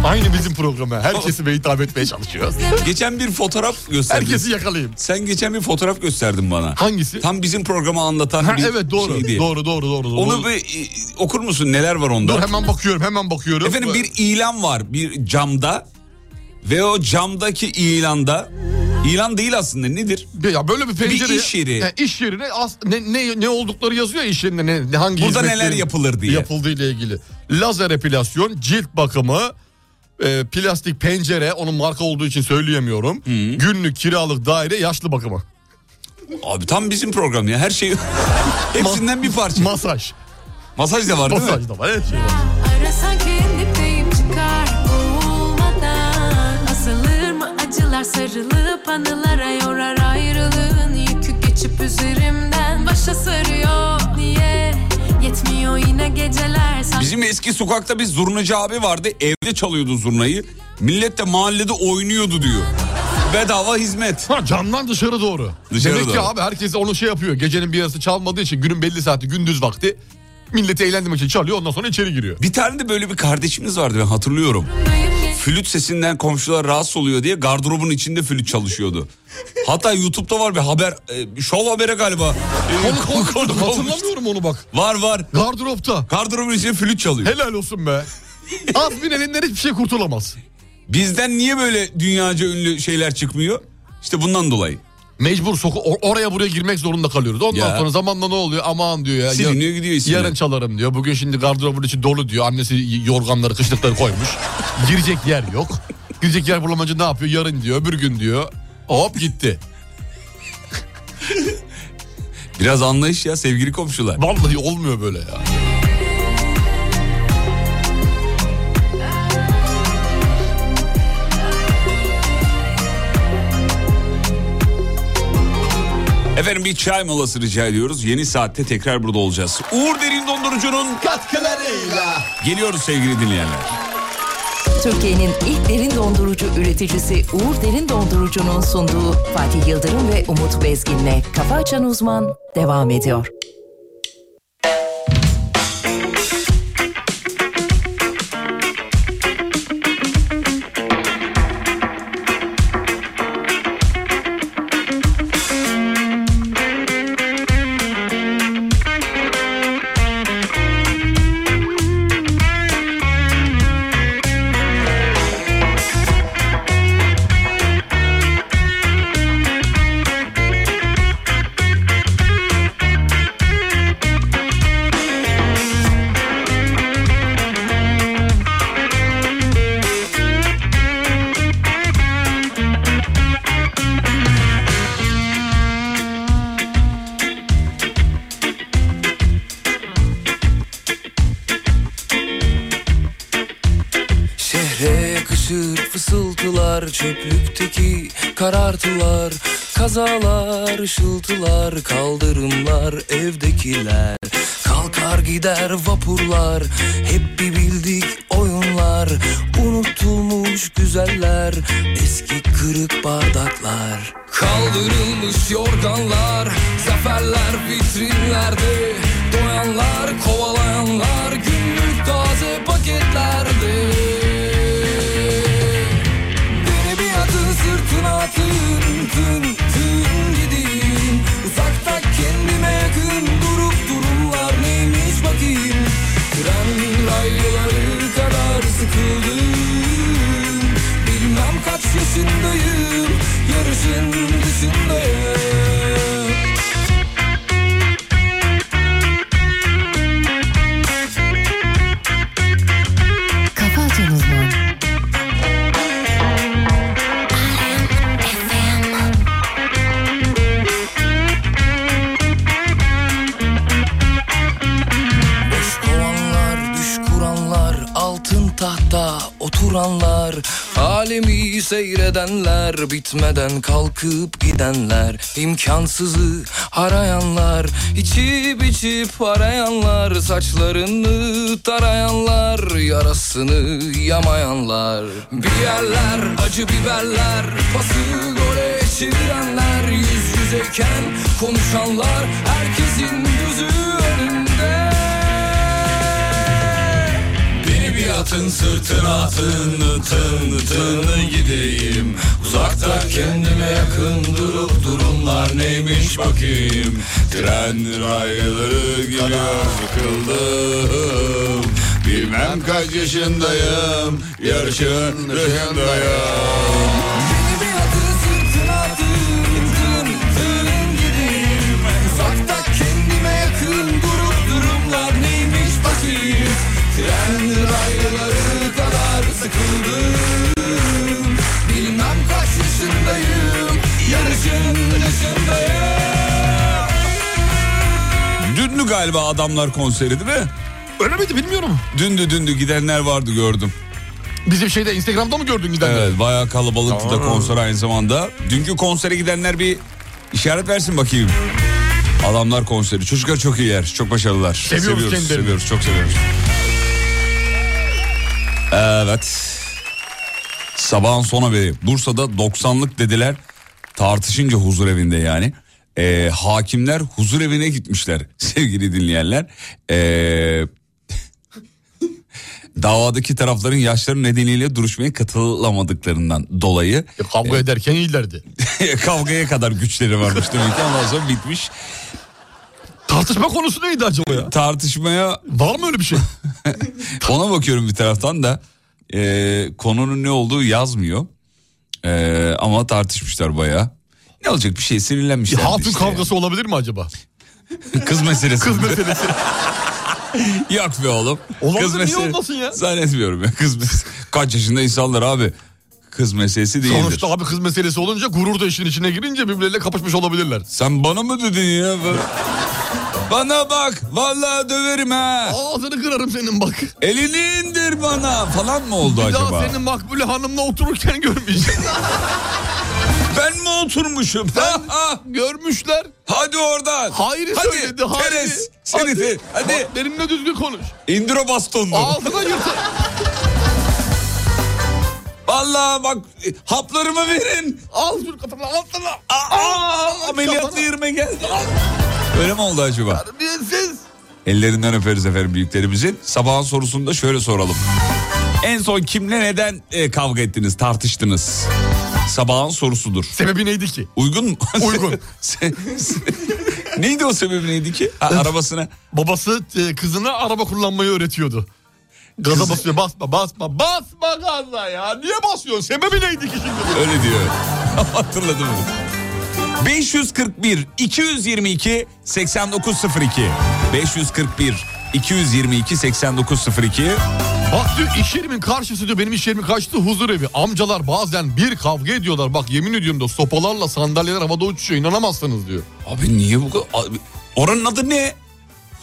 [SPEAKER 4] Aynı bizim programa. Herkesi ve hitap etmeye çalışıyor.
[SPEAKER 3] Geçen bir fotoğraf gösterdin.
[SPEAKER 4] Herkesi yakalayayım.
[SPEAKER 3] Sen geçen bir fotoğraf gösterdin bana.
[SPEAKER 4] Hangisi?
[SPEAKER 3] Tam bizim programı anlatan
[SPEAKER 4] Ha,
[SPEAKER 3] bir
[SPEAKER 4] evet doğru.
[SPEAKER 3] şeydi.
[SPEAKER 4] doğru doğru doğru doğru.
[SPEAKER 3] Onu bir e, okur musun neler var onda?
[SPEAKER 4] Dur hemen bakıyorum hemen bakıyorum.
[SPEAKER 3] Efendim bir ilan var bir camda ve o camdaki ilanda ilan değil aslında nedir?
[SPEAKER 4] ya böyle bir pencere
[SPEAKER 3] bir iş yeri.
[SPEAKER 4] Ha, iş yerine as- ne, ne ne oldukları yazıyor ya iş yerinde ne, ne- hangi
[SPEAKER 3] Burada
[SPEAKER 4] hizmetlerin
[SPEAKER 3] neler yapılır diye.
[SPEAKER 4] Yapıldığı ile ilgili. Lazer epilasyon, cilt bakımı, e, plastik pencere onun marka olduğu için söyleyemiyorum. Günlük kiralık daire, yaşlı bakımı.
[SPEAKER 3] Abi tam bizim program ya her şey hepsinden bir parça.
[SPEAKER 4] Masaj.
[SPEAKER 3] Masaj da var değil mi?
[SPEAKER 4] Masaj da var. Her şey var.
[SPEAKER 11] Arasan kendi peyim çıkar boğulmadan Asılır mı acılar sarılıp anılara yorar ayrılığın yükü geçip üzerimden Başa sarıyor niye yetmiyor yine geceler sanki
[SPEAKER 3] Bizim eski sokakta bir zurnacı abi vardı. Evde çalıyordu zurnayı. Millet de mahallede oynuyordu diyor. Bedava hizmet.
[SPEAKER 4] Ha, camdan dışarı doğru.
[SPEAKER 3] Dışarı
[SPEAKER 4] Demek
[SPEAKER 3] doğru.
[SPEAKER 4] ki abi herkes onu şey yapıyor. Gecenin bir yarısı çalmadığı için günün belli saati gündüz vakti milleti eğlendirmek için çalıyor ondan sonra içeri giriyor.
[SPEAKER 3] Bir tane de böyle bir kardeşimiz vardı ben hatırlıyorum. Flüt sesinden komşular rahatsız oluyor diye gardırobun içinde flüt çalışıyordu. Hatta YouTube'da var bir haber, e, şov habere galiba. E, konu- konu- konu-
[SPEAKER 4] Hatırlamıyorum onu bak.
[SPEAKER 3] Var var.
[SPEAKER 4] Gardıropta.
[SPEAKER 3] Gardırobun içinde flüt çalıyor.
[SPEAKER 4] Helal olsun be. Az bin elinden hiçbir şey kurtulamaz.
[SPEAKER 3] Bizden niye böyle dünyaca ünlü şeyler çıkmıyor? İşte bundan dolayı.
[SPEAKER 4] Mecbur soku or- oraya buraya girmek zorunda kalıyoruz. Ondan
[SPEAKER 3] Ya.
[SPEAKER 4] sonra zamanla ne oluyor? Aman diyor ya.
[SPEAKER 3] Siliniyor gidiyor isimler.
[SPEAKER 4] Yarın çalarım diyor. Bugün şimdi gardırobun içi dolu diyor. Annesi y- yorganları kışlıkları koymuş. Girecek yer yok. Girecek yer bulamayınca ne yapıyor? Yarın diyor öbür gün diyor. Hop gitti.
[SPEAKER 3] Biraz anlayış ya sevgili komşular.
[SPEAKER 4] Vallahi olmuyor böyle ya.
[SPEAKER 3] Efendim bir çay molası rica ediyoruz. Yeni saatte tekrar burada olacağız. Uğur Derin Dondurucu'nun katkılarıyla geliyoruz sevgili dinleyenler.
[SPEAKER 1] Türkiye'nin ilk derin dondurucu üreticisi Uğur Derin Dondurucu'nun sunduğu Fatih Yıldırım ve Umut Bezgin'le Kafa Açan Uzman devam ediyor.
[SPEAKER 5] Şehre yakışır fısıltılar Çöplükteki karartılar Kazalar, ışıltılar Kaldırımlar, evdekiler Kalkar gider vapurlar Hep bir bildik oyunlar Unutulmuş güzeller Eski kırık bardaklar Kaldırılmış yorganlar Zaferler vitrinlerde Doyanlar, kovalayanlar Günlük taze paketlerde Beni bir atın sırtına tın tın tın gideyim Uzakta kendime yakın durup durumlar neymiş bakayım Tren rayları kadar sıkıldım Bilmem kaç yaşındayım yarışın dışındayım
[SPEAKER 1] Kafa Açan Uzman
[SPEAKER 5] Boş kovanlar, düş kuranlar, altın tahta oturanlar Alemi seyredenler, bitmeden kalkıp gidenler imkansızı arayanlar, içip içip arayanlar Saçlarını tarayanlar, yarasını yamayanlar Bir yerler, acı biberler, pası gole çevirenler Yüz yüzeyken konuşanlar, herkesin gözü önünde Beni bir atın sırtına atın tın tın gideyim Uzakta kendime yakın durup durumlar neymiş bakayım
[SPEAKER 3] Tren rayları gibi sıkıldım. Bilmem kaç yaşındayım, yarışın dışındayım.
[SPEAKER 5] Beni bir atın sırtına atın tın tın gideyim Uzakta kendime yakın durup durumlar neymiş bakayım Tren rayları kadar sıkıldım Bilmem kaç yaşındayım yarışın dışındayım
[SPEAKER 3] Dündü galiba adamlar konseri değil mi?
[SPEAKER 4] Öyle miydi bilmiyorum.
[SPEAKER 3] Dündü dündü gidenler vardı gördüm.
[SPEAKER 4] Bizim şeyde Instagram'da mı gördün gidenleri?
[SPEAKER 3] Evet bayağı kalabalıktı da konser aynı zamanda. Dünkü konsere gidenler bir işaret versin bakayım. Adamlar konseri. Çocuklar çok iyiler. Çok başarılılar.
[SPEAKER 4] Seviyoruz
[SPEAKER 3] seviyoruz,
[SPEAKER 4] kendilerini.
[SPEAKER 3] seviyoruz. Çok seviyoruz. Evet. Sabahın son haberi. Bursa'da 90'lık dediler tartışınca huzur evinde yani. Ee, hakimler huzur evine gitmişler sevgili dinleyenler. Ee, davadaki tarafların yaşları nedeniyle duruşmaya katılamadıklarından dolayı
[SPEAKER 4] E, Kavga ederken iyilerdi.
[SPEAKER 3] kavgaya kadar güçleri varmış demek ki ondan sonra bitmiş.
[SPEAKER 4] Tartışma konusu neydi acaba ya?
[SPEAKER 3] Tartışmaya
[SPEAKER 4] Var mı öyle bir şey?
[SPEAKER 3] ona bakıyorum bir taraftan da e, ee, konunun ne olduğu yazmıyor. Ee, ama E, tartışmışlar bayağı. Ne olacak bir şey sinirlenmişler.
[SPEAKER 4] Hatun kavgası olabilir mi acaba?
[SPEAKER 3] Kız meselesi.
[SPEAKER 4] Kız meselesi.
[SPEAKER 3] Yok be oğlum.
[SPEAKER 4] Olabilir,
[SPEAKER 3] Kız
[SPEAKER 4] niye
[SPEAKER 3] meselesi-
[SPEAKER 4] olmasın ya?
[SPEAKER 3] Zannetmiyorum ya. Kız mes- Kaç yaşında insanlar abi. Kız meselesi değildir.
[SPEAKER 4] Sonuçta abi kız meselesi olunca gurur da işin içine girince birbirleriyle kapışmış olabilirler.
[SPEAKER 3] Sen bana mı dedin ya? Bana bak. Vallahi döverim ha.
[SPEAKER 4] Ağzını kırarım senin bak.
[SPEAKER 3] Elini indir bana falan mı oldu
[SPEAKER 4] Bir
[SPEAKER 3] acaba?
[SPEAKER 4] daha seni Makbule Hanım'la otururken görmeyeceğim.
[SPEAKER 3] Ben mi oturmuşum? Ah, Ha, ha.
[SPEAKER 4] Görmüşler.
[SPEAKER 3] Hadi oradan.
[SPEAKER 4] Hayri
[SPEAKER 3] hadi,
[SPEAKER 4] söyledi. Hayri.
[SPEAKER 3] Teres. Seni te- hadi.
[SPEAKER 4] Bak, benimle düzgün konuş.
[SPEAKER 3] İndir o bastonunu.
[SPEAKER 4] Ağzına yırtar.
[SPEAKER 3] Vallahi bak e, haplarımı verin.
[SPEAKER 4] Al dur kafana al sana.
[SPEAKER 3] Aa, aa, ameliyatlı
[SPEAKER 4] kafana.
[SPEAKER 3] yerime geldi. Öyle mi oldu acaba?
[SPEAKER 4] Terbiyesiz.
[SPEAKER 3] Ellerinden öperiz efendim büyüklerimizin. Sabahın sorusunu da şöyle soralım. En son kimle neden e, kavga ettiniz, tartıştınız? Sabahın sorusudur.
[SPEAKER 4] Sebebi neydi ki?
[SPEAKER 3] Uygun mu?
[SPEAKER 4] Uygun.
[SPEAKER 3] Se- se- neydi o sebebi neydi ki? Ha, arabasına.
[SPEAKER 4] Babası e, kızına araba kullanmayı öğretiyordu. Gaza basıyor basma basma basma gaza ya. Niye basıyorsun? Sebebi neydi ki şimdi?
[SPEAKER 3] Öyle diyor. Hatırladım. 541 222 8902 541 222 8902
[SPEAKER 4] Bak diyor iş yerimin karşısı diyor benim iş yerimin karşısı huzur evi. Amcalar bazen bir kavga ediyorlar. Bak yemin ediyorum da sopalarla sandalyeler havada uçuşuyor inanamazsınız diyor.
[SPEAKER 3] Abi niye bu kadar? Abi, oranın adı ne?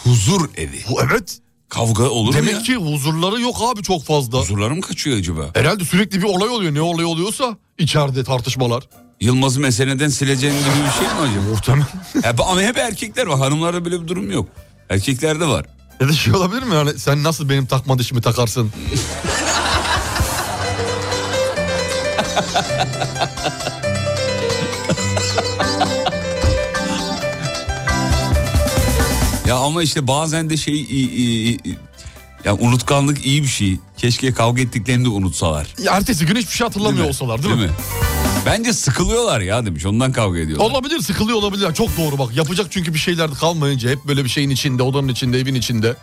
[SPEAKER 3] Huzur evi.
[SPEAKER 4] Bu evet.
[SPEAKER 3] Kavga olur mu ya?
[SPEAKER 4] Demek ki huzurları yok abi çok fazla.
[SPEAKER 3] Huzurları mı kaçıyor acaba?
[SPEAKER 4] Herhalde sürekli bir olay oluyor. Ne olay oluyorsa içeride tartışmalar.
[SPEAKER 3] Yılmaz'ı meseleden sileceğin gibi bir şey mi acaba?
[SPEAKER 4] Muhtemelen.
[SPEAKER 3] Hep, ama hep erkekler var. Hanımlarda böyle bir durum yok. Erkeklerde var.
[SPEAKER 4] Ya da şey olabilir mi yani sen nasıl benim takma dişimi takarsın?
[SPEAKER 3] Ya ama işte bazen de şey... i- i- i- ya unutkanlık iyi bir şey. Keşke kavga ettiklerini de unutsalar.
[SPEAKER 4] Ya ertesi gün hiçbir şey hatırlamıyor olsalar değil, mi?
[SPEAKER 3] Bence sıkılıyorlar ya demiş. Ondan kavga ediyorlar.
[SPEAKER 4] Olabilir sıkılıyor olabilir. Çok doğru bak yapacak çünkü bir şeyler kalmayınca hep böyle bir şeyin içinde odanın içinde evin içinde.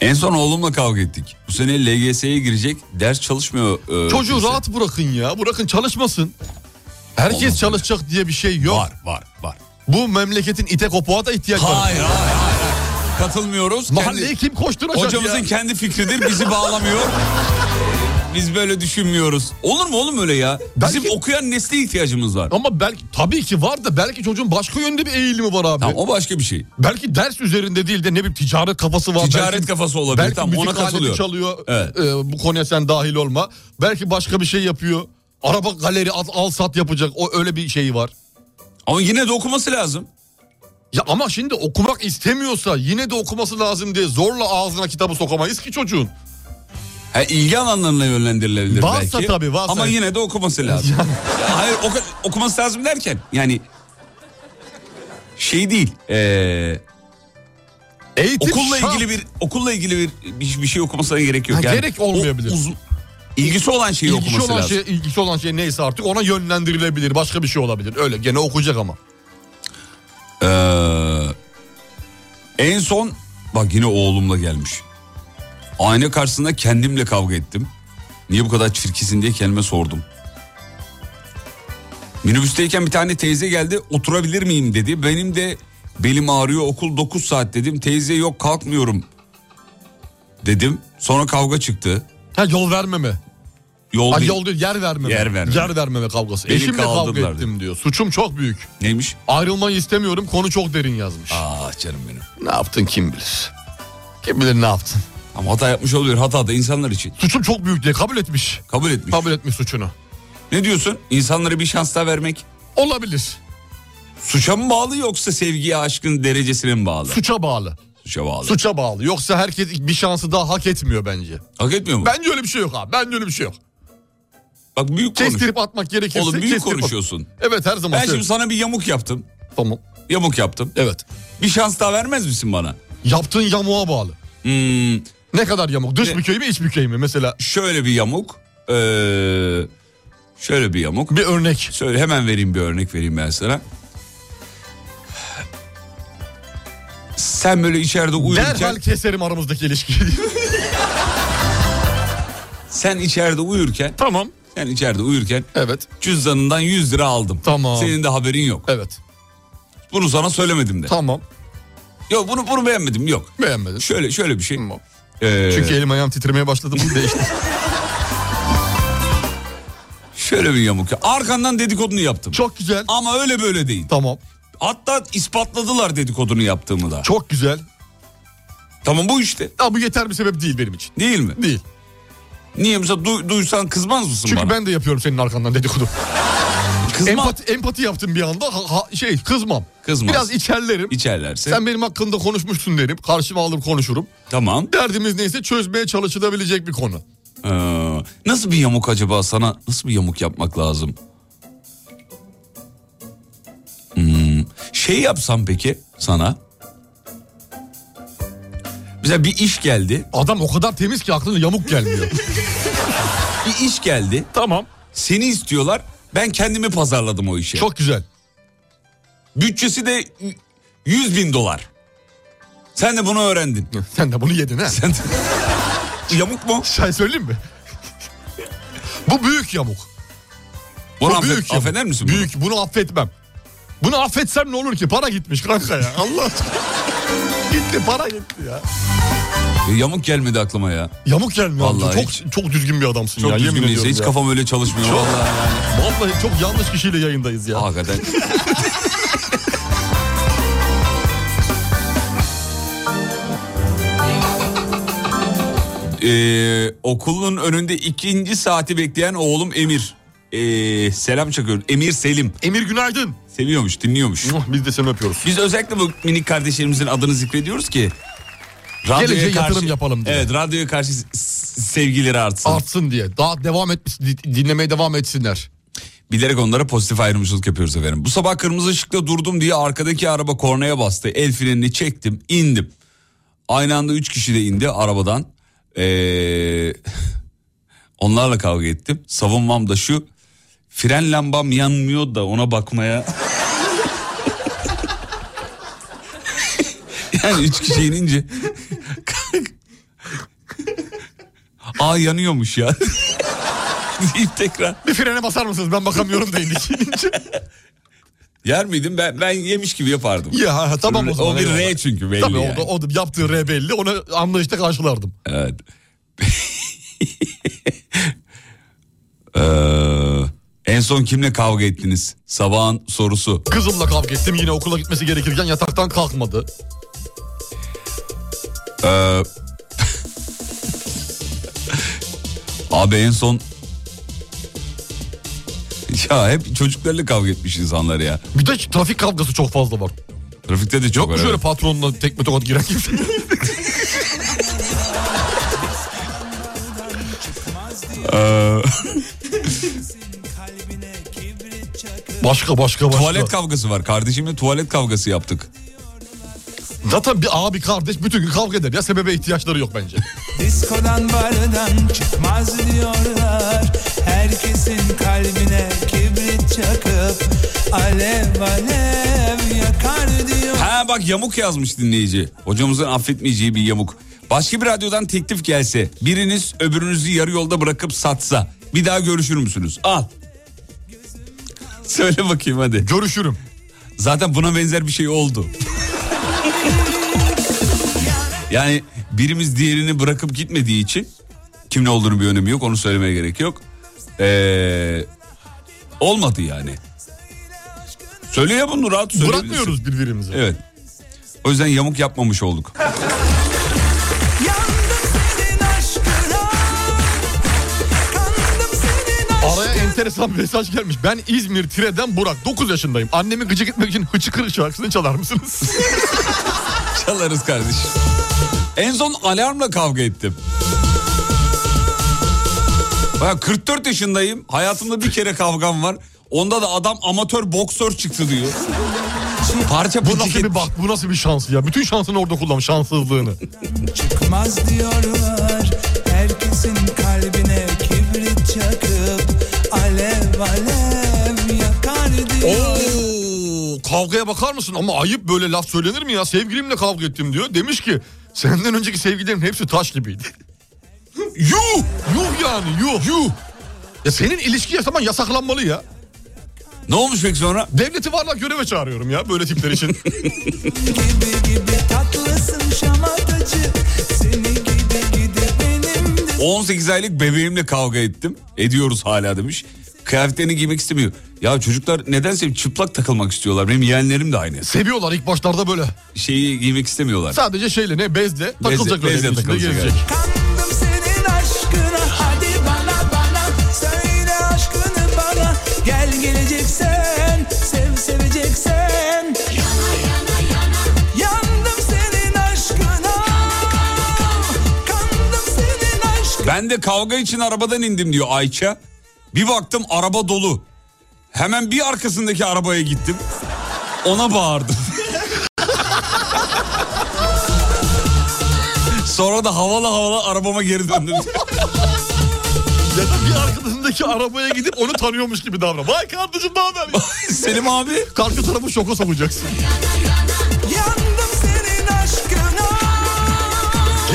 [SPEAKER 3] En son oğlumla kavga ettik. Bu sene LGS'ye girecek. Ders çalışmıyor. e,
[SPEAKER 4] Çocuğu
[SPEAKER 3] kimse.
[SPEAKER 4] rahat bırakın ya bırakın çalışmasın. Herkes
[SPEAKER 3] Olmaz
[SPEAKER 4] çalışacak diye bir şey yok.
[SPEAKER 3] Var var var.
[SPEAKER 4] Bu memleketin ite kopuğa da ihtiyaç var.
[SPEAKER 3] Hayır hayır hayır. hayır. Katılmıyoruz.
[SPEAKER 4] Mahalleye
[SPEAKER 3] Kendi-
[SPEAKER 4] kim koşturacak
[SPEAKER 3] hocamızın
[SPEAKER 4] ya?
[SPEAKER 3] kendi fikridir. Bizi bağlamıyor. Biz böyle düşünmüyoruz. Olur mu oğlum öyle ya? Bizim
[SPEAKER 4] Belki-
[SPEAKER 3] okuyan nesli ihtiyacımız var.
[SPEAKER 4] Ama belki tabii ki var da belki çocuğun başka yönde bir eğilimi var abi.
[SPEAKER 3] Tamam o başka bir şey.
[SPEAKER 4] Belki ders üzerinde değil de ne bileyim ticaret kafası var.
[SPEAKER 3] Ticaret
[SPEAKER 4] belki,
[SPEAKER 3] kafası olabilir.
[SPEAKER 4] Belki
[SPEAKER 3] Tamam,
[SPEAKER 4] müzik
[SPEAKER 3] ona
[SPEAKER 4] aleti
[SPEAKER 3] katılıyorum.
[SPEAKER 4] çalıyor.
[SPEAKER 3] Evet.
[SPEAKER 4] Ee, bu konuya sen dahil olma. Belki başka bir şey yapıyor. Araba galeri al, al sat yapacak. O öyle bir şeyi var.
[SPEAKER 3] Ama yine de okuması lazım.
[SPEAKER 4] Ya ama şimdi okumak istemiyorsa yine de okuması lazım diye zorla ağzına kitabı sokamayız ki çocuğun.
[SPEAKER 3] Ha, ilgi alanlarına yönlendirilebilir
[SPEAKER 4] Varsa
[SPEAKER 3] belki.
[SPEAKER 4] tabii, varsa.
[SPEAKER 3] Ama yine de okuması lazım. Ya Hayır oku- okuması lazım derken yani şey değil. ee,
[SPEAKER 4] Eğitim
[SPEAKER 3] okulla
[SPEAKER 4] şart.
[SPEAKER 3] ilgili bir okulla ilgili bir bir, bir şey okumasına gerek yok.
[SPEAKER 4] Ha, gerek olmayabilir.
[SPEAKER 3] o uzun- ilgisi olan şeyi
[SPEAKER 4] ilgisi
[SPEAKER 3] okuması
[SPEAKER 4] olan
[SPEAKER 3] lazım.
[SPEAKER 4] şey ilgisi olan şey neyse artık ona yönlendirilebilir. Başka bir şey olabilir. Öyle gene okuyacak ama.
[SPEAKER 3] Ee, en son bak yine oğlumla gelmiş. Ayna karşısında kendimle kavga ettim. Niye bu kadar çirkisin diye kendime sordum. Minibüsteyken bir tane teyze geldi oturabilir miyim dedi. Benim de belim ağrıyor okul 9 saat dedim. Teyze yok kalkmıyorum dedim. Sonra kavga çıktı.
[SPEAKER 4] Ha yol vermeme.
[SPEAKER 3] Yol,
[SPEAKER 4] Ha,
[SPEAKER 3] değil-
[SPEAKER 4] yol değil yer vermeme.
[SPEAKER 3] Yer vermeme.
[SPEAKER 4] Yer vermeme kavgası.
[SPEAKER 3] Beni
[SPEAKER 4] Eşimle kavga
[SPEAKER 3] kaldırdılar
[SPEAKER 4] ettim diyor. Suçum çok büyük.
[SPEAKER 3] neymiş?
[SPEAKER 4] Ayrılmayı istemiyorum konu çok derin yazmış.
[SPEAKER 3] Ah canım benim.
[SPEAKER 4] Ne yaptın kim bilir. Kim bilir ne yaptın.
[SPEAKER 3] Ama hata yapmış oluyor hata da insanlar için.
[SPEAKER 4] Suçum çok büyük diye kabul etmiş.
[SPEAKER 3] Kabul etmiş.
[SPEAKER 4] Kabul etmiş suçunu.
[SPEAKER 3] Ne diyorsun? İnsanlara bir şans daha vermek
[SPEAKER 4] Olabilir.
[SPEAKER 3] Suça mı bağlı yoksa sevgiye aşkın derecesine mi bağlı?
[SPEAKER 4] Suça bağlı.
[SPEAKER 3] Suça bağlı.
[SPEAKER 4] Suça bağlı. Yoksa herkes bir şansı daha hak etmiyor bence.
[SPEAKER 3] Hak etmiyor mu?
[SPEAKER 4] Bence öyle bir şey yok abi. Bence öyle bir şey yok.
[SPEAKER 3] Bak büyük konuş.
[SPEAKER 4] Kestirip atmak gerekirse.
[SPEAKER 3] Oğlum büyük
[SPEAKER 4] kestirip at-
[SPEAKER 3] konuşuyorsun.
[SPEAKER 4] Evet her zaman.
[SPEAKER 3] Ben şimdi
[SPEAKER 4] söylüyorum.
[SPEAKER 3] sana bir yamuk yaptım.
[SPEAKER 4] Tamam.
[SPEAKER 3] Yamuk yaptım.
[SPEAKER 4] Evet.
[SPEAKER 3] Bir şans daha vermez misin bana?
[SPEAKER 4] Yaptığın yamuğa bağlı.
[SPEAKER 3] Hmm,
[SPEAKER 4] Ne kadar yamuk? Dış
[SPEAKER 3] Ne?
[SPEAKER 4] bükey mi iç bükey mi? Mesela
[SPEAKER 3] şöyle bir yamuk. ee, şöyle bir yamuk.
[SPEAKER 4] bir örnek.
[SPEAKER 3] Söyle hemen vereyim bir örnek vereyim ben sana. Sen böyle içeride uyurken
[SPEAKER 4] Derhal keserim aramızdaki ilişkiyi.
[SPEAKER 3] sen içeride uyurken
[SPEAKER 4] tamam.
[SPEAKER 3] Sen içeride uyurken evet. cüzdanından 100 lira aldım. Tamam. Senin de haberin yok. Evet. Bunu sana söylemedim de. Tamam. Yok bunu bunu beğenmedim yok. Beğenmedim. Şöyle şöyle bir şey. Ee,
[SPEAKER 4] Çünkü elim ayağım titremeye başladı bu değişti.
[SPEAKER 3] Şöyle bir yamuk ya. Arkandan dedikodunu yaptım. Çok güzel. Ama öyle böyle değil. Tamam. Hatta ispatladılar dedikodunu yaptığımı da. Çok güzel. Tamam bu işte.
[SPEAKER 4] Ama bu yeter bir sebep değil benim için.
[SPEAKER 3] Değil mi?
[SPEAKER 4] Değil.
[SPEAKER 3] Niye mesela du- duysan kızmaz mısın
[SPEAKER 4] Çünkü
[SPEAKER 3] bana?
[SPEAKER 4] ben de yapıyorum senin arkandan dedikodu.
[SPEAKER 3] Kızmam.
[SPEAKER 4] Empati, empati yaptım bir anda. Ha- ha- şey kızmam.
[SPEAKER 3] Kızmaz.
[SPEAKER 4] Biraz içerlerim.
[SPEAKER 3] İçerlerse.
[SPEAKER 4] Sen benim hakkında konuşmuşsun derim. Karşıma alır konuşurum.
[SPEAKER 3] Tamam.
[SPEAKER 4] Derdimiz neyse çözmeye çalışılabilecek bir konu.
[SPEAKER 3] Ee, nasıl bir yamuk acaba sana? Nasıl bir yamuk yapmak lazım? Hmm, Şey yapsam peki sana. Bize bir iş geldi.
[SPEAKER 4] Adam o kadar temiz ki aklına yamuk gelmiyor.
[SPEAKER 3] bir iş geldi. Tamam. Seni istiyorlar. Ben kendimi pazarladım o işe. Çok
[SPEAKER 4] güzel.
[SPEAKER 3] Bütçesi de 100 bin dolar. Sen de bunu öğrendin.
[SPEAKER 4] Sen de bunu yedin ha.
[SPEAKER 3] Sen Yamuk mu?
[SPEAKER 4] Sen söyleyeyim mi? Bu büyük yamuk.
[SPEAKER 3] Bunu affet- affeder misin bunu?
[SPEAKER 4] Büyük. Bunu affetmem. Bunu affetsem ne olur ki? Para gitmiş kanka ya. Allah aşkına. gitti para gitti ya.
[SPEAKER 3] E, Yamuk gelmedi aklıma ya.
[SPEAKER 4] Yamuk gelmiyor. amca.
[SPEAKER 3] Vallahi
[SPEAKER 4] Çok çok düzgün bir adamsın
[SPEAKER 3] Çok
[SPEAKER 4] ya.
[SPEAKER 3] düzgün
[SPEAKER 4] yemin
[SPEAKER 3] değilse
[SPEAKER 4] ediyorum
[SPEAKER 3] hiç
[SPEAKER 4] ya.
[SPEAKER 3] kafam öyle çalışmıyor
[SPEAKER 4] Çok-
[SPEAKER 3] vallahi
[SPEAKER 4] Vallahi çok yanlış kişiyle yayındayız ya.
[SPEAKER 3] Hakikaten. Ee, okulun önünde ikinci saati bekleyen oğlum Emir. Ee, selam çakıyor. Emir Selim.
[SPEAKER 4] Emir günaydın.
[SPEAKER 3] Seviyormuş, dinliyormuş.
[SPEAKER 4] Biz de seni öpüyoruz.
[SPEAKER 3] Biz özellikle bu minik kardeşlerimizin adını zikrediyoruz ki.
[SPEAKER 4] Geleceğe yatırım yapalım diye.
[SPEAKER 3] Evet, radyoya karşı s- s- sevgileri artsın.
[SPEAKER 4] Artsın diye. Daha devam et dinlemeye devam etsinler.
[SPEAKER 3] Bilerek onlara pozitif ayrımcılık yapıyoruz efendim. Bu sabah kırmızı ışıkta durdum diye arkadaki araba kornaya bastı. El frenini çektim indim. Aynı anda üç kişi de indi arabadan. Ee, onlarla kavga ettim. Savunmam da şu. Fren lambam yanmıyor da ona bakmaya. yani üç kişi inince. Aa yanıyormuş ya. deyip tekrar.
[SPEAKER 4] Bir frene basar mısınız? Ben bakamıyorum da indik.
[SPEAKER 3] Yer miydim? Ben ben yemiş gibi yapardım.
[SPEAKER 4] ya ha, tamam o zaman.
[SPEAKER 3] O bir
[SPEAKER 4] eyvallah.
[SPEAKER 3] R çünkü belli
[SPEAKER 4] Tabii
[SPEAKER 3] yani.
[SPEAKER 4] o, da, o da yaptığı R belli. Onu anlayışla karşılardım.
[SPEAKER 3] Evet. Ee, en son kimle kavga ettiniz? Sabahın sorusu.
[SPEAKER 4] Kızımla kavga ettim. Yine okula gitmesi gerekirken yataktan kalkmadı.
[SPEAKER 3] Ee, Abi en son... Ya hep çocuklarla kavga etmiş insanlar ya.
[SPEAKER 4] Bir de trafik kavgası çok fazla var.
[SPEAKER 3] Trafikte de çok Ee,
[SPEAKER 4] Yok mu
[SPEAKER 3] var,
[SPEAKER 4] şöyle
[SPEAKER 3] evet.
[SPEAKER 4] patronla tekme tokat giren kimse?
[SPEAKER 3] Ee,
[SPEAKER 4] başka başka başka.
[SPEAKER 3] Tuvalet kavgası var. Kardeşimle tuvalet kavgası yaptık.
[SPEAKER 4] Zaten bir abi kardeş bütün gün kavga eder ya sebebe ihtiyaçları yok bence.
[SPEAKER 12] Diskodan bardan çıkmaz diyorlar Herkesin kalbine kibrit çakıp Alev alev yakar diyor
[SPEAKER 3] Ha bak yamuk yazmış dinleyici. Hocamızın affetmeyeceği bir yamuk. Başka bir radyodan teklif gelse biriniz öbürünüzü yarı yolda bırakıp satsa bir daha görüşür müsünüz? Al. Söyle bakayım hadi.
[SPEAKER 4] Görüşürüm.
[SPEAKER 3] Zaten buna benzer bir şey oldu. yani birimiz diğerini bırakıp gitmediği için kim ne olduğunu bir önemi yok onu söylemeye gerek yok. Ee, olmadı yani. Söyle ya bunu rahat söyleyebilirsin.
[SPEAKER 4] Bırakmıyoruz birbirimizi.
[SPEAKER 3] Evet. O yüzden yamuk yapmamış olduk.
[SPEAKER 4] Araya enteresan bir mesaj gelmiş. Ben İzmir Tire'den Burak. 9 yaşındayım. Annemi gıcık etmek için Hıçıkır şarkısını çalar mısınız?
[SPEAKER 3] Çalarız kardeşim. En son alarmla kavga ettim. Ben 44 yaşındayım. Hayatımda bir kere kavgam var. Onda da adam amatör boksör çıktı diyor. Parça
[SPEAKER 4] bu nasıl bir bak bu nasıl bir şans ya. Bütün şansını orada kullanmış şanssızlığını.
[SPEAKER 12] Çıkmaz diyorlar Herkesin kalbine kibrit çakıp Alev alev yakar diyor
[SPEAKER 4] Oo, kavgaya bakar mısın? Ama ayıp böyle laf söylenir mi ya? Sevgilimle kavga ettim diyor. Demiş ki senden önceki sevgililerin hepsi taş gibiydi. yuh! Yuh yani yuh! Yuh! Ya senin ilişki yaşaman yasaklanmalı ya.
[SPEAKER 3] Ne olmuş peki sonra?
[SPEAKER 4] Devleti varlık göreve çağırıyorum ya böyle tipler için.
[SPEAKER 13] Tatlısın şamatacı Seni gidi gidi benim
[SPEAKER 3] 18 aylık bebeğimle kavga ettim. Ediyoruz hala demiş. Kıyafetlerini giymek istemiyor. Ya çocuklar nedense çıplak takılmak istiyorlar. Benim yeğenlerim de aynı.
[SPEAKER 4] Seviyorlar ilk başlarda böyle.
[SPEAKER 3] Şeyi giymek istemiyorlar.
[SPEAKER 4] Sadece şeyle ne bezle takılacak
[SPEAKER 3] bezle
[SPEAKER 4] öyle içinde
[SPEAKER 3] takılacak,
[SPEAKER 4] gezecek.
[SPEAKER 13] senin aşkına Hadi bana bana söyle aşkını bana Gel geleceksen sev seveceksen Yana yana yana Yandım senin aşkına Kandım senin aşkına
[SPEAKER 3] Ben de kavga için arabadan indim diyor Ayça. Bir baktım araba dolu. Hemen bir arkasındaki arabaya gittim. Ona bağırdım. Sonra da havalı havalı arabama geri döndüm.
[SPEAKER 4] Ya da bir arkasındaki arabaya gidip onu tanıyormuş gibi davran. Vay kardeşim ne haber?
[SPEAKER 3] Selim abi.
[SPEAKER 4] Karşı tarafı şoka sokacaksın.
[SPEAKER 13] Yandım senin aşkına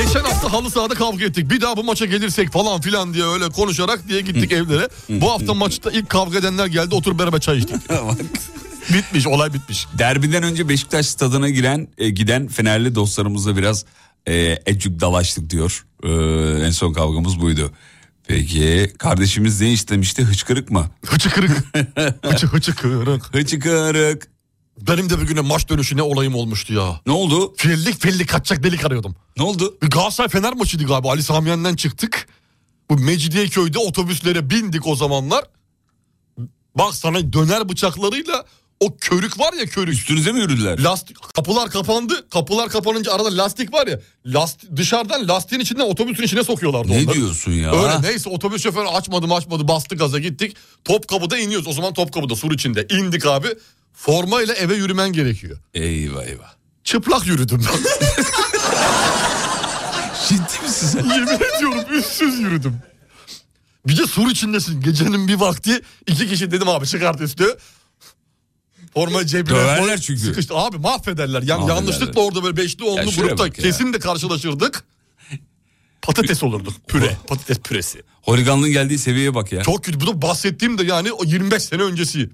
[SPEAKER 4] Geçen hafta halı sahada kavga ettik. Bir daha bu maça gelirsek falan filan diye öyle konuşarak diye gittik evlere. Bu hafta maçta ilk kavga edenler geldi oturup beraber çay içtik. bitmiş olay bitmiş.
[SPEAKER 3] Derbiden önce Beşiktaş stadına giren e, giden Fenerli dostlarımızla biraz e, ecük dalaştık diyor. E, en son kavgamız buydu. Peki kardeşimiz ne istemişti? Hıçkırık mı?
[SPEAKER 4] Hıçkırık. Hıçı hıçkırık.
[SPEAKER 3] Hıçkırık.
[SPEAKER 4] Benim de bir güne maç dönüşü ne olayım olmuştu ya.
[SPEAKER 3] Ne oldu?
[SPEAKER 4] Fillik fillik kaçacak delik arıyordum.
[SPEAKER 3] Ne oldu?
[SPEAKER 4] Bir E, Galatasaray Fener maçıydı galiba. Ali Sami Yen'den çıktık. Bu Mecidiyeköy'de otobüslere bindik o zamanlar. Bak sana döner bıçaklarıyla o körük var ya körük.
[SPEAKER 3] Üstünüze mi yürüdüler?
[SPEAKER 4] Lastik, kapılar kapandı. Kapılar kapanınca arada lastik var ya. Last, dışarıdan lastiğin içinden otobüsün içine sokuyorlardı
[SPEAKER 3] Ne
[SPEAKER 4] onları.
[SPEAKER 3] diyorsun ya?
[SPEAKER 4] Öyle neyse otobüs şoförü açmadı açmadı bastı gaza gittik. Topkapı'da iniyoruz. O zaman Topkapı'da sur içinde indik abi. Formayla eve yürümen gerekiyor.
[SPEAKER 3] Eyvah eyvah.
[SPEAKER 4] Çıplak yürüdüm ben.
[SPEAKER 3] Ciddi misin sen?
[SPEAKER 4] Yemin ediyorum üstsüz yürüdüm. Bir de sur içindesin. Gecenin bir vakti iki kişi dedim abi çıkart üstü. Forma cebine
[SPEAKER 3] Döverler
[SPEAKER 4] koy,
[SPEAKER 3] çünkü.
[SPEAKER 4] Sıkıştı. Abi mahvederler. Yani
[SPEAKER 3] Mahvederler.
[SPEAKER 4] yanlışlıkla orada böyle beşli onlu
[SPEAKER 3] şuraya
[SPEAKER 4] grupta
[SPEAKER 3] bak ya.
[SPEAKER 4] kesin de karşılaşırdık. Patates olurduk. Püre. Patates püresi.
[SPEAKER 3] Holiganlığın geldiği seviyeye bak ya.
[SPEAKER 4] Çok kötü. Bu da bahsettiğim de yani o 25 sene öncesi.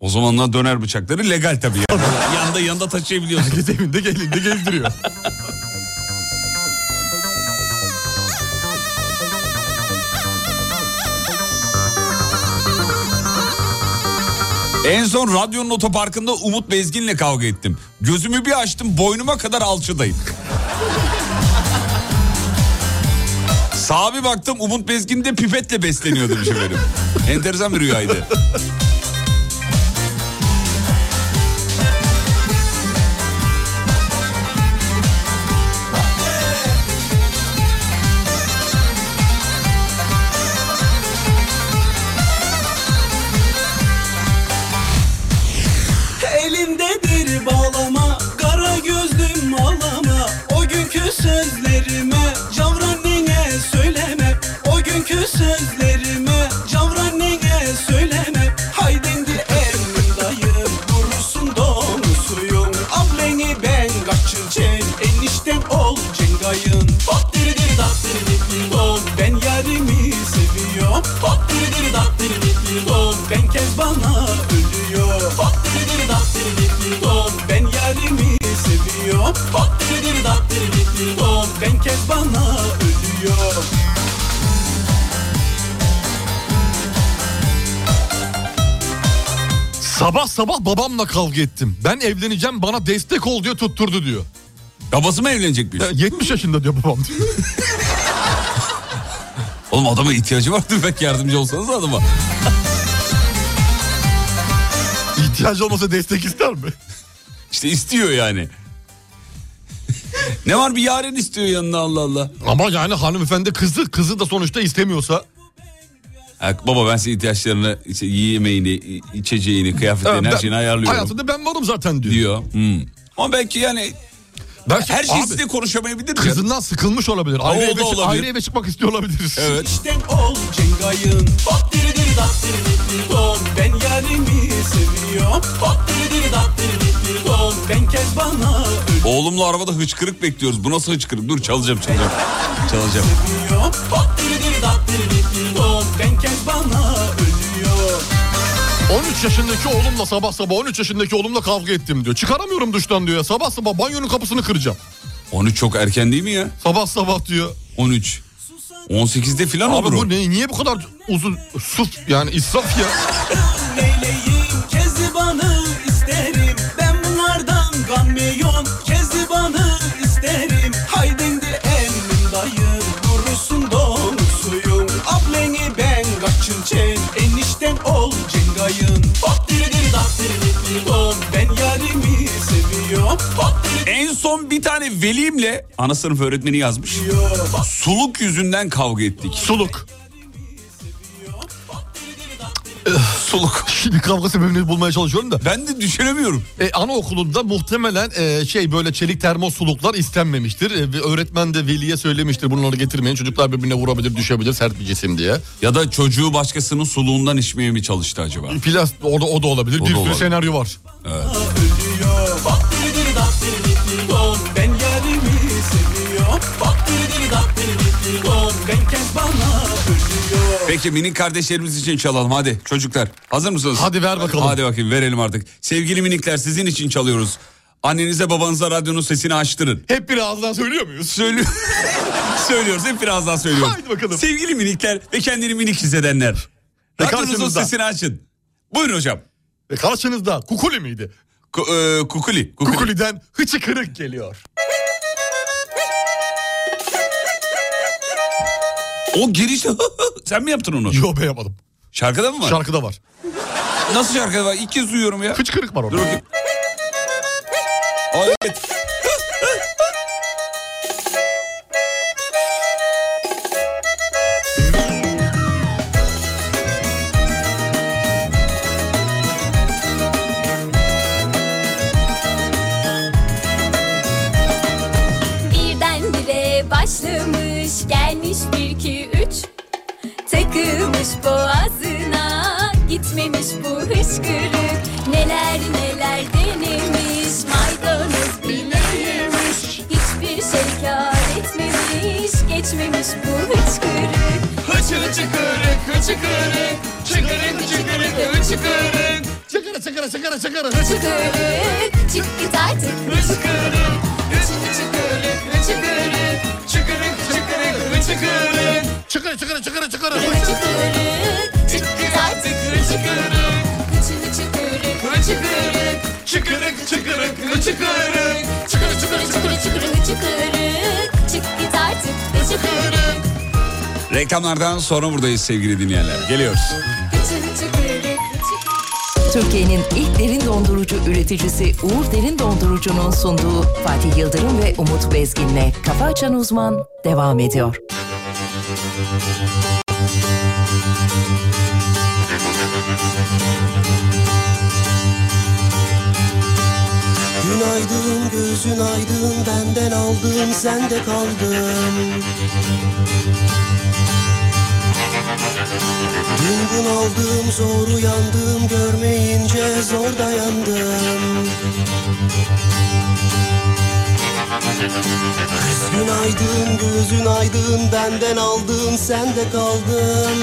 [SPEAKER 3] O zamanlar döner bıçakları legal tabii ya. yanda yanda taşıyabiliyorsun.
[SPEAKER 4] Herkes evinde gelinde gezdiriyor.
[SPEAKER 3] En son radyonun otoparkında Umut Bezgin'le kavga ettim. Gözümü bir açtım boynuma kadar alçıdayım. Sağa bir baktım Umut Bezgin de pipetle besleniyordu bir şey benim. Enteresan bir rüyaydı.
[SPEAKER 5] Elimdedir bağlama Kara gözlüm ağlama O günkü sözlerime Cavrannene söyleme O günkü sözlerime Cavrannene söyleme Haydendi emdayım Durursun donusuyum Ableni ben kaçıracağım Enişten ol cengayın Hop diri diri dat diri diri diri dom Ben yarimi seviyorum Hop diri diri dat diri diri diri dom Ben kezbana ölüyor Hop diri diri dat diri diri diri dom Ben yarimi seviyorum Hop diri diri dat diri diri diri dom Ben kezbana ölüyor
[SPEAKER 4] sabah sabah babamla kavga ettim. Ben evleneceğim bana destek ol diyor tutturdu diyor.
[SPEAKER 3] Babası mı evlenecekmiş?
[SPEAKER 4] Ya 70 yaşında diyor babam.
[SPEAKER 3] Oğlum adama ihtiyacı vardır belki yardımcı olsanız adama.
[SPEAKER 4] İhtiyacı olmasa destek ister mi?
[SPEAKER 3] İşte istiyor yani. ne var bir yaren istiyor yanına Allah Allah.
[SPEAKER 4] Ama yani hanımefendi kızı kızı da sonuçta istemiyorsa
[SPEAKER 3] Ha, baba ben senin ihtiyaçlarını, işte yemeğini, i- içeceğini, kıyafetlerini
[SPEAKER 4] "Ee, Ben-
[SPEAKER 3] her şeyini ayarlıyorum
[SPEAKER 4] hayatında ben varım zaten diyor.
[SPEAKER 3] diyor. Hmm. Ama belki yani
[SPEAKER 4] Belki-
[SPEAKER 3] Her şeyi
[SPEAKER 4] Abi,
[SPEAKER 3] size konuşamayabilir.
[SPEAKER 4] Kızından sıkılmış olabilir.
[SPEAKER 3] O
[SPEAKER 4] Ayrı
[SPEAKER 3] da
[SPEAKER 4] eve,
[SPEAKER 3] olabilir.
[SPEAKER 4] ayrı eve çıkmak istiyor olabilir.
[SPEAKER 3] Evet.
[SPEAKER 14] İşten ol cengayın Hop diri diri dat diri diri diri dom Ben yarimi seviyorum Hop diri diri dat diri diri diri dom Ben kezbana
[SPEAKER 3] Oğlumla arabada hıçkırık bekliyoruz. Bu nasıl hıçkırık? Dur çalacağım çalacağım. çalacağım.
[SPEAKER 14] ölüyorum Hop diri diri dat diri diri diri dom Ben kezbana ölüyor
[SPEAKER 4] 13 yaşındaki oğlumla sabah sabah 13 yaşındaki oğlumla kavga ettim diyor. Çıkaramıyorum duştan diyor ya. Sabah sabah banyonun kapısını kıracağım.
[SPEAKER 3] 13 çok erken değil mi ya?
[SPEAKER 4] Sabah sabah diyor.
[SPEAKER 3] 13. 18'de filan
[SPEAKER 4] Abi
[SPEAKER 3] olur o.
[SPEAKER 4] bu ne, niye bu kadar uzun suf yani israf ya.
[SPEAKER 14] Neyleyim kezibanı isterim Ben bunlardan ganmiyon Kezibanı isterim Haydindi elmin dayı Durusun donu suyun Ableni ben kaçın çen Enişten ol cengayın Hop diri diri dah diri diri diri dom Ben yarimi seviyorum Hop diri
[SPEAKER 3] En son bir tane velimle ana sınıf öğretmeni yazmış. Suluk yüzünden kavga ettik.
[SPEAKER 4] Suluk. Soluk. Şimdi kavga sebebini bulmaya çalışıyorum da.
[SPEAKER 3] Ben de düşünemiyorum.
[SPEAKER 4] E, anaokulunda muhtemelen e, şey böyle çelik termosuluklar istenmemiştir. E, ve öğretmen de veliye söylemiştir bunları getirmeyin. Çocuklar birbirine vurabilir, düşebilir sert bir cisim diye.
[SPEAKER 3] Ya da çocuğu başkasının suluğundan içmeye mi çalıştı acaba?
[SPEAKER 4] Plast o da, o da olabilir.
[SPEAKER 3] O da
[SPEAKER 4] bir sürü
[SPEAKER 3] olabilir.
[SPEAKER 4] senaryo var.
[SPEAKER 14] diri Hop diri diri dah diri diri diri dom Ben yarimi seviyorum Hop diri diri dah diri diri diri dom Ben kezbana ölüyor
[SPEAKER 3] Peki minik kardeşlerimiz için çalalım hadi çocuklar. Hazır mısınız? Hadi
[SPEAKER 4] ver bakalım.
[SPEAKER 3] Hadi bakayım verelim artık. Sevgili minikler sizin için çalıyoruz. Annenize babanıza radyonun sesini açtırın.
[SPEAKER 4] Hep birazdan söylüyor muyuz?
[SPEAKER 3] Söylüyor. Söylüyoruz hep birazdan söylüyoruz.
[SPEAKER 4] Haydi bakalım.
[SPEAKER 3] Sevgili minikler ve kendini minik hissedenler.
[SPEAKER 4] Ve
[SPEAKER 3] Radyonuzun
[SPEAKER 4] karşınızda-
[SPEAKER 3] sesini açın. Buyurun hocam.
[SPEAKER 4] Ve E, karşınızda Kukuli miydi?
[SPEAKER 3] Ku- e, kukuli. Kukuli.
[SPEAKER 4] Kukuli'den hıçı kırık geliyor.
[SPEAKER 3] O girişte sen mi yaptın onu?
[SPEAKER 4] Yo ben yapmadım.
[SPEAKER 3] Şarkıda mı var?
[SPEAKER 4] Şarkıda var.
[SPEAKER 3] Nasıl şarkıda var? İlk kez duyuyorum ya.
[SPEAKER 4] Hıçı kırık var
[SPEAKER 3] Dur
[SPEAKER 4] orada.
[SPEAKER 3] bakayım. Ay, evet.
[SPEAKER 11] Birdenbire başlamış gelmiş bir iki üç Takılmış boğazına gitmemiş bu hıçkırık Neler neler denemiş maydanoz bile yemiş Hiçbir şey kar etmemiş geçmemiş bu hıçkırık
[SPEAKER 15] Hıçırı çıkırık hıçıkırık Çıkırık çıkırık hıçıkırık
[SPEAKER 4] Çakara çakara çakara çakara.
[SPEAKER 11] Hıçkırık çık git artık
[SPEAKER 15] Hıçıkırık hıçıkı çıkırık hıçıkırık Çıkırık çıkırık hıçıkırık
[SPEAKER 4] Çakara çakara çakara çakara.
[SPEAKER 11] Hıçkırık çık git artık
[SPEAKER 15] Artık hıçıkırık
[SPEAKER 11] Hıçı hıçkırık
[SPEAKER 15] hıçıkırık Çıkırık çıkırık hıçıkırık
[SPEAKER 11] Çıkırı çıkırı çıkırı çıkırı hıçkırık Çık git artık hıçkırık
[SPEAKER 3] Reklamlardan sonra buradayız sevgili dinleyenler. Geliyoruz.
[SPEAKER 11] Hıçı hıçkırık hıçkırık
[SPEAKER 1] Türkiye'nin ilk derin dondurucu üreticisi Uğur Derin Dondurucu'nun sunduğu Fatih Yıldırım ve Umut Bezgin'le Kafa Açan Uzman devam ediyor.
[SPEAKER 5] Günaydın gözün aydın benden aldım sende kaldım Dün gün aldım zor uyandım görmeyince zor dayandım Kız günaydın gözün aydın benden aldım sende kaldım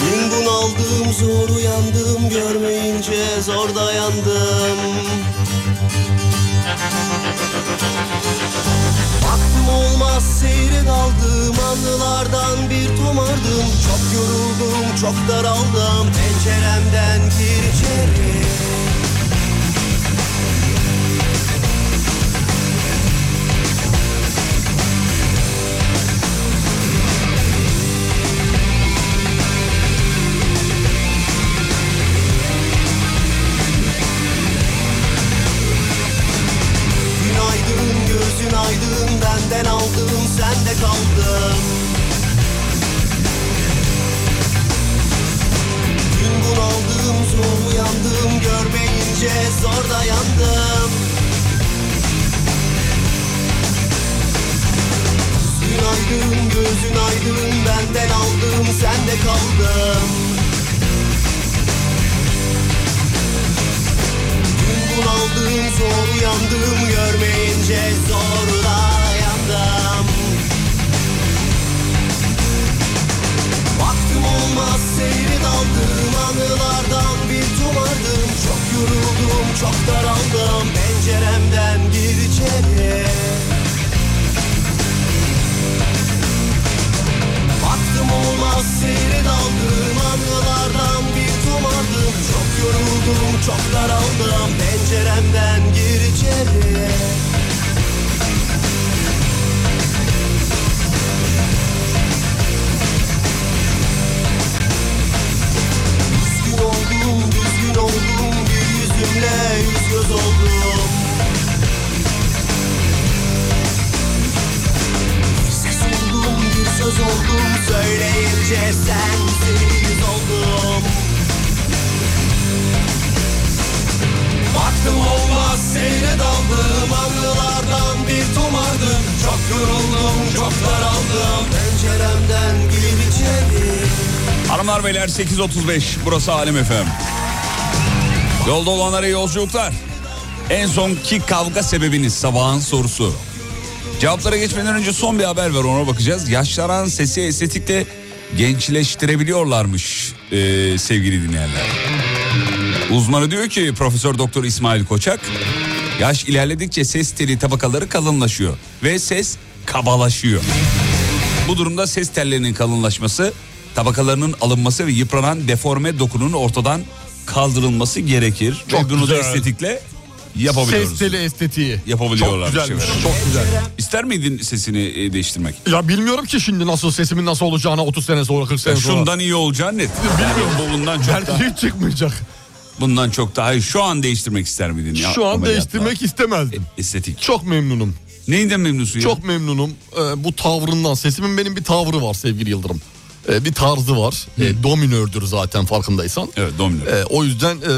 [SPEAKER 5] Dün bunaldım zor uyandım görmeyince zor dayandım Baktım olmaz seyre daldım anılardan bir tomardım Çok yoruldum çok daraldım penceremden gir içeri Günaydın gözün aydın benden aldın sende kaldım Dün bunaldım zor uyandım görmeyince zor dayandım Gözün aydın gözün aydın benden aldım sende kaldım Dün bunaldım zor uyandım görmeyince zor dayandım Baktım olmaz seyri daldım anılardan bir tumardım Çok yoruldum çok daraldım penceremden gir içeri Baktım olmaz seyri daldım anılardan bir tumardım Çok yoruldum çok daraldım penceremden gir içeri Düzgün oldum, düzgün oldum Bir yüzümle yüz göz oldum Bir ses oldum, bir söz oldum Söyleyince sensiz oldum Baktım olmaz seyre daldım Anılardan bir tumardım Çok yoruldum, çok daraldım Penceremden gir içeri
[SPEAKER 3] Hanımlar beyler 8.35 burası Alem Efem. Yolda olanlara iyi yolculuklar. En sonki kavga sebebiniz sabahın sorusu. Cevaplara geçmeden önce son bir haber var ona bakacağız. Yaşlanan sesi estetikle gençleştirebiliyorlarmış ee, sevgili dinleyenler. Uzmanı diyor ki Profesör Doktor İsmail Koçak yaş ilerledikçe ses teli tabakaları kalınlaşıyor ve ses kabalaşıyor. Bu durumda ses tellerinin kalınlaşması, tabakalarının alınması ve yıpranan deforme dokunun ortadan kaldırılması gerekir. Çok ve bunu da estetikle yapabiliyoruz.
[SPEAKER 4] Ses teli estetiği.
[SPEAKER 3] Yapabiliyorlar.
[SPEAKER 4] Çok güzelmiş.
[SPEAKER 3] bir şey.
[SPEAKER 4] Çok güzel.
[SPEAKER 3] İster miydin sesini e, değiştirmek?
[SPEAKER 4] Ya bilmiyorum ki şimdi nasıl sesimin nasıl olacağını 30 sene sonra 40 sene
[SPEAKER 3] Ya
[SPEAKER 4] sonra.
[SPEAKER 3] şundan iyi olacağını net. Bilmiyorum. bu bundan çok
[SPEAKER 4] Belki
[SPEAKER 3] daha,
[SPEAKER 4] hiç çıkmayacak.
[SPEAKER 3] bundan çok daha iyi. şu an değiştirmek ister miydin? ya
[SPEAKER 4] Şu an
[SPEAKER 3] ameliyatla?
[SPEAKER 4] değiştirmek istemezdim.
[SPEAKER 3] Estetik.
[SPEAKER 4] Çok memnunum.
[SPEAKER 3] Neyinden memnunsun ya?
[SPEAKER 4] Çok memnunum. Ee, bu tavrından. Sesimin benim bir tavrı var sevgili Yıldırım. Ee, bir tarzı var. Ee, dominördür zaten farkındaysan.
[SPEAKER 3] Evet dominör.
[SPEAKER 4] Ee, o yüzden e,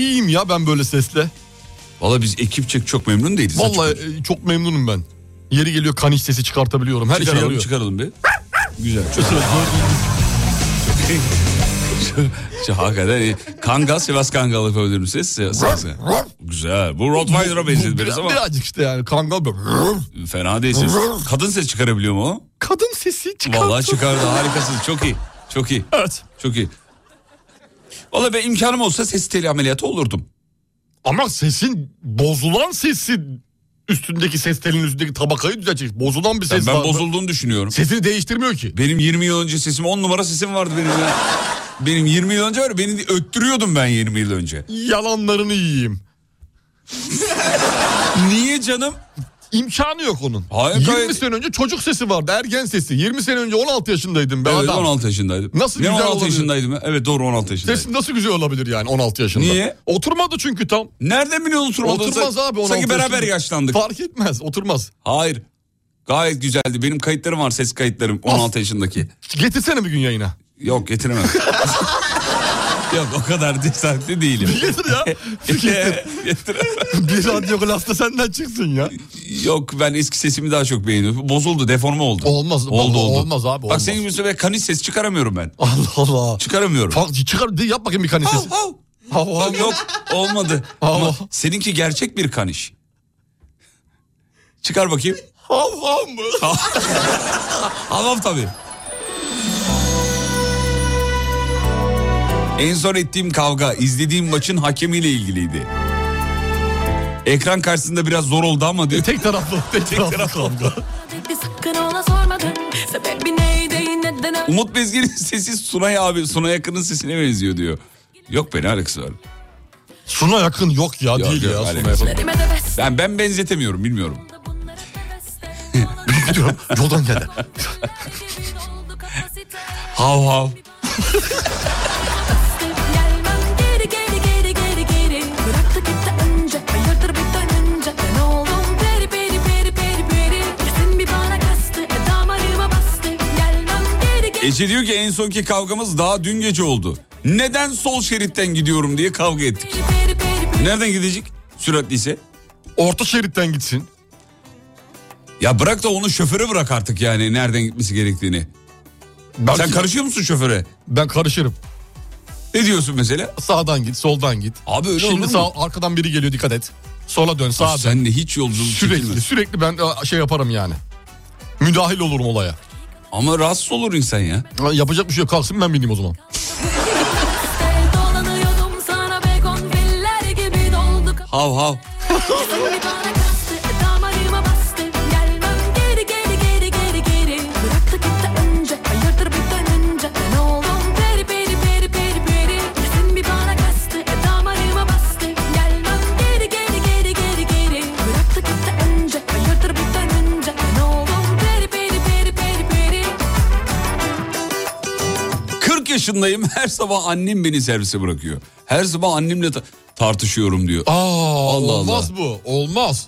[SPEAKER 4] iyiyim ya ben böyle sesle.
[SPEAKER 3] Valla biz ekipçe çok memnun değiliz.
[SPEAKER 4] Vallahi e, çok memnunum ben. Yeri geliyor kan iç sesi çıkartabiliyorum. Her şey
[SPEAKER 3] çıkaralım,
[SPEAKER 4] yarıyor.
[SPEAKER 3] çıkaralım bir. Güzel. Çok Şu hakikaten iyi. Kangal Sivas Kangal yapabilir misiniz? Sivas- Sivas- Güzel. Bu Rottweiler'a benzedi biraz ama
[SPEAKER 4] Birazcık işte yani kangal böyle.
[SPEAKER 3] fena değilsiniz. Kadın ses çıkarabiliyor mu o?
[SPEAKER 4] Kadın sesi çıkarttı.
[SPEAKER 3] Vallahi çıkardı harikasınız çok iyi çok iyi.
[SPEAKER 4] Evet.
[SPEAKER 3] Çok iyi. Vallahi ben imkanım olsa ses teli ameliyatı olurdum.
[SPEAKER 4] Ama sesin bozulan sesin üstündeki ses telinin üstündeki tabakayı düzeltecek. Bozulan bir
[SPEAKER 3] Ben,
[SPEAKER 4] ses
[SPEAKER 3] ben
[SPEAKER 4] var mı?
[SPEAKER 3] bozulduğunu düşünüyorum.
[SPEAKER 4] Sesini değiştirmiyor ki.
[SPEAKER 3] Benim 20 yıl önce sesim 10 numara sesim vardı benim ya. Benim 20 yıl önce var ya, beni öttürüyordum ben 20 yıl önce.
[SPEAKER 4] Yalanlarını yiyeyim.
[SPEAKER 3] Niye canım?
[SPEAKER 4] İmkanı yok onun.
[SPEAKER 3] Hayır,
[SPEAKER 4] 20
[SPEAKER 3] gayet-
[SPEAKER 4] sene önce çocuk sesi vardı ergen sesi. 20 sene önce 16 yaşındaydım ben
[SPEAKER 3] evet
[SPEAKER 4] adam.
[SPEAKER 3] 16 yaşındaydım.
[SPEAKER 4] Nasıl
[SPEAKER 3] ne
[SPEAKER 4] güzel
[SPEAKER 3] 16
[SPEAKER 4] olabilir?
[SPEAKER 3] yaşındaydım? ya? Evet doğru 16 yaşındaydım.
[SPEAKER 4] Sesin nasıl güzel olabilir yani 16 yaşında?
[SPEAKER 3] Niye?
[SPEAKER 4] Oturmadı çünkü tam.
[SPEAKER 3] Nereden biliyorsun oturmadığını?
[SPEAKER 4] Oturmaz
[SPEAKER 3] Sanki-
[SPEAKER 4] abi 16
[SPEAKER 3] Sanki beraber
[SPEAKER 4] yaşında.
[SPEAKER 3] yaşlandık.
[SPEAKER 4] Fark etmez oturmaz.
[SPEAKER 3] Hayır. Gayet güzeldi. Benim kayıtlarım var ses kayıtlarım 16 yaşındaki.
[SPEAKER 4] Getirsene bir gün yayına.
[SPEAKER 3] Yok getiremem. Yok o kadar dikkatli değilim.
[SPEAKER 4] Getir ya. bir radyo klasta senden çıksın ya.
[SPEAKER 3] Yok ben eski sesimi daha çok beğeniyorum. Bozuldu deforme oldu.
[SPEAKER 4] Olmaz.
[SPEAKER 3] Oldu oldu.
[SPEAKER 4] Olmaz abi,
[SPEAKER 3] Bak
[SPEAKER 4] olmaz.
[SPEAKER 3] senin gibi böyle kanis ses çıkaramıyorum ben.
[SPEAKER 4] Allah Allah.
[SPEAKER 3] Çıkaramıyorum.
[SPEAKER 4] Fa- çıkar de yap bakayım bir kani sesi.
[SPEAKER 3] Hav, hav.
[SPEAKER 4] Hav, hav.
[SPEAKER 3] Yok, Yok olmadı.
[SPEAKER 4] Hav,
[SPEAKER 3] Ama
[SPEAKER 4] hav.
[SPEAKER 3] seninki gerçek bir kaniş. Çıkar bakayım.
[SPEAKER 4] Hav hav mı?
[SPEAKER 3] Hav hav tabii. En son ettiğim kavga izlediğim maçın hakemiyle ilgiliydi. Ekran karşısında biraz zor oldu ama diyor.
[SPEAKER 4] Tek taraflı. Tek, taraflı kavga.
[SPEAKER 11] Dedi sakın ona sormadın Sebebi neydi neden öyle
[SPEAKER 3] Umut Bezgin'in sesi Sunay abi Sunay Akın'ın sesine benziyor diyor. Yok be ne alakası var.
[SPEAKER 4] Suna yakın yok ya
[SPEAKER 3] Yok,
[SPEAKER 4] değil
[SPEAKER 3] yok,
[SPEAKER 4] ya. Suna
[SPEAKER 3] alakası
[SPEAKER 4] yakın.
[SPEAKER 11] Derime de bes
[SPEAKER 3] Ben ben benzetemiyorum bilmiyorum.
[SPEAKER 4] Gidiyorum, Yoldan geldi.
[SPEAKER 3] Hav hav.
[SPEAKER 11] Gelmem geri geri geri geri geri Bıraktı gitti önce Hayırdır bir dönünce Ben oldum peri peri peri peri peri Kesin bir bana kastı e, Damarıma bastı Gelmem geri geri
[SPEAKER 3] Ece diyor ki en sonki kavgamız daha dün gece oldu. Neden sol şeritten gidiyorum diye kavga ettik.
[SPEAKER 11] peri peri peri
[SPEAKER 3] Nereden gidecek süratliyse?
[SPEAKER 4] Orta şeritten gitsin.
[SPEAKER 3] Ya bırak da onu şoföre bırak artık yani nereden gitmesi gerektiğini. Sen karışıyor musun şoföre?
[SPEAKER 4] Ben karışırım.
[SPEAKER 3] Ne diyorsun mesela?
[SPEAKER 4] Sağdan git, soldan git.
[SPEAKER 3] Abi öyle
[SPEAKER 4] Şimdi
[SPEAKER 3] olur mu?
[SPEAKER 4] sağ arkadan biri geliyor dikkat et. Sola dön, sağa dön.
[SPEAKER 3] Sen de hiç yolculuk
[SPEAKER 4] Sürekli, sürekli ben e, şey yaparım yani. Müdahil olurum olaya.
[SPEAKER 3] Ama rahatsız olur insan ya.
[SPEAKER 4] Yapacak bir şey yok. Kalksın ben bineyim o zaman.
[SPEAKER 11] Dolanıyordum sana begon filler gibi doldu
[SPEAKER 3] Hav hav.
[SPEAKER 11] Seni bana kastı damarıma bastı Gelmem geri geri geri geri geri Bıraktı gitti önce hayırdır bir dönünce Ben oldum peri peri peri peri peri Sen bir bana kastı damarıma bastı Gelmem geri geri geri geri geri Bıraktı gitti önce hayırdır bir dönünce Ben oldum peri peri peri peri peri
[SPEAKER 3] 40 yaşındayım her sabah annem beni servise bırakıyor. Her sabah annemle ta- tartışıyorum diyor.
[SPEAKER 4] Aa, olmaz bu. Olmaz.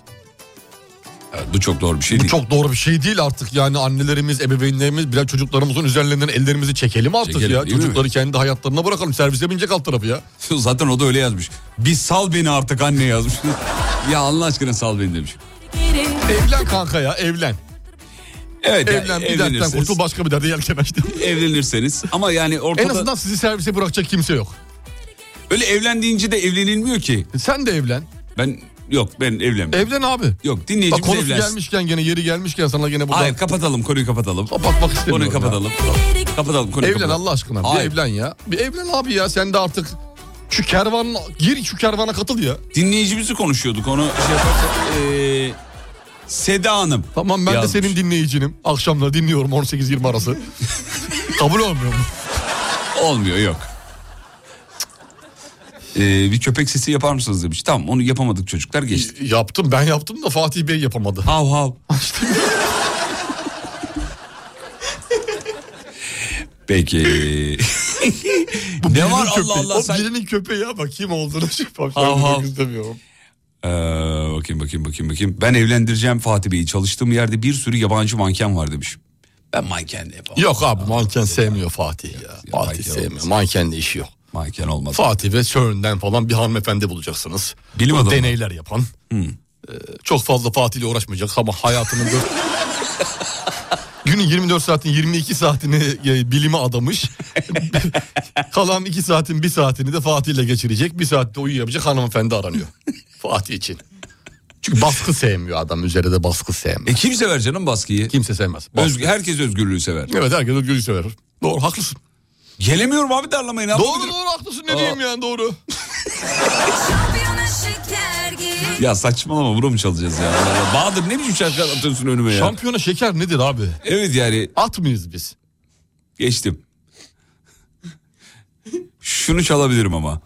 [SPEAKER 3] Evet, bu çok doğru bir şey
[SPEAKER 4] Bu
[SPEAKER 3] değil.
[SPEAKER 4] çok doğru bir şey değil artık yani annelerimiz, ebeveynlerimiz biraz çocuklarımızın üzerlerinden ellerimizi çekelim artık
[SPEAKER 3] Çekelim,
[SPEAKER 4] ya.
[SPEAKER 3] değil mi?
[SPEAKER 4] Çocukları kendi hayatlarına bırakalım. Servise binecek alt tarafı ya.
[SPEAKER 3] Zaten o da öyle yazmış. Bir sal beni artık anne yazmış. ya Allah aşkına sal beni demiş.
[SPEAKER 4] Evlen kanka ya evlen.
[SPEAKER 3] Evet, ya,
[SPEAKER 4] evlen bir dertten
[SPEAKER 3] evlenirseniz.
[SPEAKER 4] kurtul başka bir derde yelken açtı.
[SPEAKER 3] Evlenirseniz ama yani ortada
[SPEAKER 4] En azından sizi servise bırakacak kimse yok.
[SPEAKER 3] öyle evlendiğince de evlenilmiyor ki.
[SPEAKER 4] Sen de evlen.
[SPEAKER 3] Ben yok ben evlenmem.
[SPEAKER 4] Evlen abi.
[SPEAKER 3] Yok
[SPEAKER 4] Bak
[SPEAKER 3] dinleyicimiz
[SPEAKER 4] konusu
[SPEAKER 3] evlensin.
[SPEAKER 4] gelmişken gene yeri gelmişken sana gene buradan.
[SPEAKER 3] Hayır kapatalım konuyu kapatalım.
[SPEAKER 4] Kapatmak istemiyorum
[SPEAKER 3] Konuyu
[SPEAKER 4] ya.
[SPEAKER 3] kapatalım. Kapatalım konuyu
[SPEAKER 4] evlen
[SPEAKER 3] kapatalım.
[SPEAKER 4] Allah aşkına bir
[SPEAKER 3] Hayır.
[SPEAKER 4] evlen ya. Bir evlen abi ya sen de artık şu kervan gir şu kervana katıl ya.
[SPEAKER 3] Dinleyicimizi konuşuyorduk onu şey yaparsak, eee, Seda Hanım.
[SPEAKER 4] Tamam ben
[SPEAKER 3] yazmış.
[SPEAKER 4] de senin dinleyicinim. Akşamları dinliyorum 18-20 arası. Kabul olmuyor mu?
[SPEAKER 3] Olmuyor yok. Eee, bir köpek sesi yapar mısınız demiş. Tamam onu yapamadık çocuklar geçti.
[SPEAKER 4] Yaptım ben yaptım da Fatih Bey yapamadı.
[SPEAKER 3] Hav hav. Peki. ne var
[SPEAKER 4] Birinin
[SPEAKER 3] Allah
[SPEAKER 4] köpeği.
[SPEAKER 3] Allah
[SPEAKER 4] O
[SPEAKER 3] sen...
[SPEAKER 4] birinin köpeği ya bak kim olduğunu şimdi bak.
[SPEAKER 3] Hav
[SPEAKER 4] ben
[SPEAKER 3] hav.
[SPEAKER 4] bilmek istemiyorum.
[SPEAKER 3] Ee, bakayım bakayım bakayım bakayım. Ben evlendireceğim Fatih Bey'i. Çalıştığım yerde bir sürü yabancı manken var demiş. Ben manken de yapamam.
[SPEAKER 4] Yok abi manken sevmiyor Fatih ya. Fatih sevmiyor. Mankenle işi yok.
[SPEAKER 3] Manken olmaz.
[SPEAKER 4] Fatih ve CERN'den falan bir hanımefendi bulacaksınız.
[SPEAKER 3] Bilim
[SPEAKER 4] O
[SPEAKER 3] adamı.
[SPEAKER 4] Deneyler yapan. Ee, çok fazla Fatih ile uğraşmayacak ama hayatının... dört- Günün 24 saatin 22 saatini e, bilime adamış. Kalan 2 saatin 1 saatini de Fatih ile geçirecek. 1 saatte uyuyabilecek hanımefendi aranıyor. Fatih için. Çünkü baskı sevmiyor adam. Üzerinde de baskı sevmiyor.
[SPEAKER 3] E kim sever canım baskıyı?
[SPEAKER 4] Kimse sevmez.
[SPEAKER 3] Özgür, herkes özgürlüğü sever.
[SPEAKER 4] Evet herkes özgürlüğü sever. Doğru haklısın.
[SPEAKER 3] Gelemiyorum abi darlamayın.
[SPEAKER 4] Doğru doğru haklısın ne diyeyim yani doğru.
[SPEAKER 3] Ya saçmalama bura mı çalacağız ya? Allah Allah. Bahadır ne biçim şarkı atıyorsun önüme ya?
[SPEAKER 4] Şampiyona şeker nedir abi?
[SPEAKER 3] Evet yani
[SPEAKER 4] At mıyız biz?
[SPEAKER 3] geçtim. Şunu çalabilirim ama.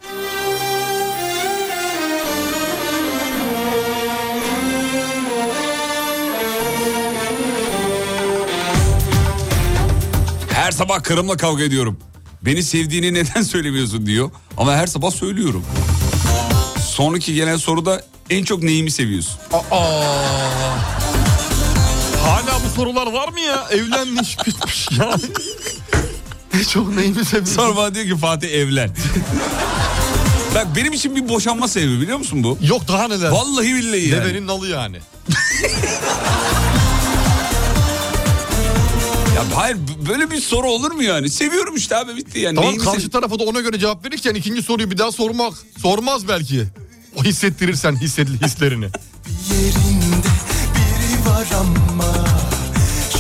[SPEAKER 3] Her sabah karımla kavga ediyorum. Beni sevdiğini neden söylemiyorsun diyor. Ama her sabah söylüyorum. Sonraki gelen soruda en çok neyimi seviyorsun?
[SPEAKER 4] Aa. Hala bu sorular var mı ya? Evlenmiş bitmiş yani. Ne çok neyimi seviyorsun?
[SPEAKER 3] Sonra bana diyor ki Fatih evlen. Bak benim için bir boşanma sebebi biliyor musun bu?
[SPEAKER 4] Yok daha neler.
[SPEAKER 3] Vallahi billahi yani.
[SPEAKER 4] Devenin nalı yani.
[SPEAKER 3] Ya hayır b- böyle bir soru olur mu yani? Seviyorum işte abi bitti yani.
[SPEAKER 4] Tamam
[SPEAKER 3] Neyini
[SPEAKER 4] karşı
[SPEAKER 3] sev-
[SPEAKER 4] tarafa da ona göre cevap verirken ikinci soruyu bir daha sormak. Sormaz belki. O hissettirirsen hissedil hislerini.
[SPEAKER 12] var ama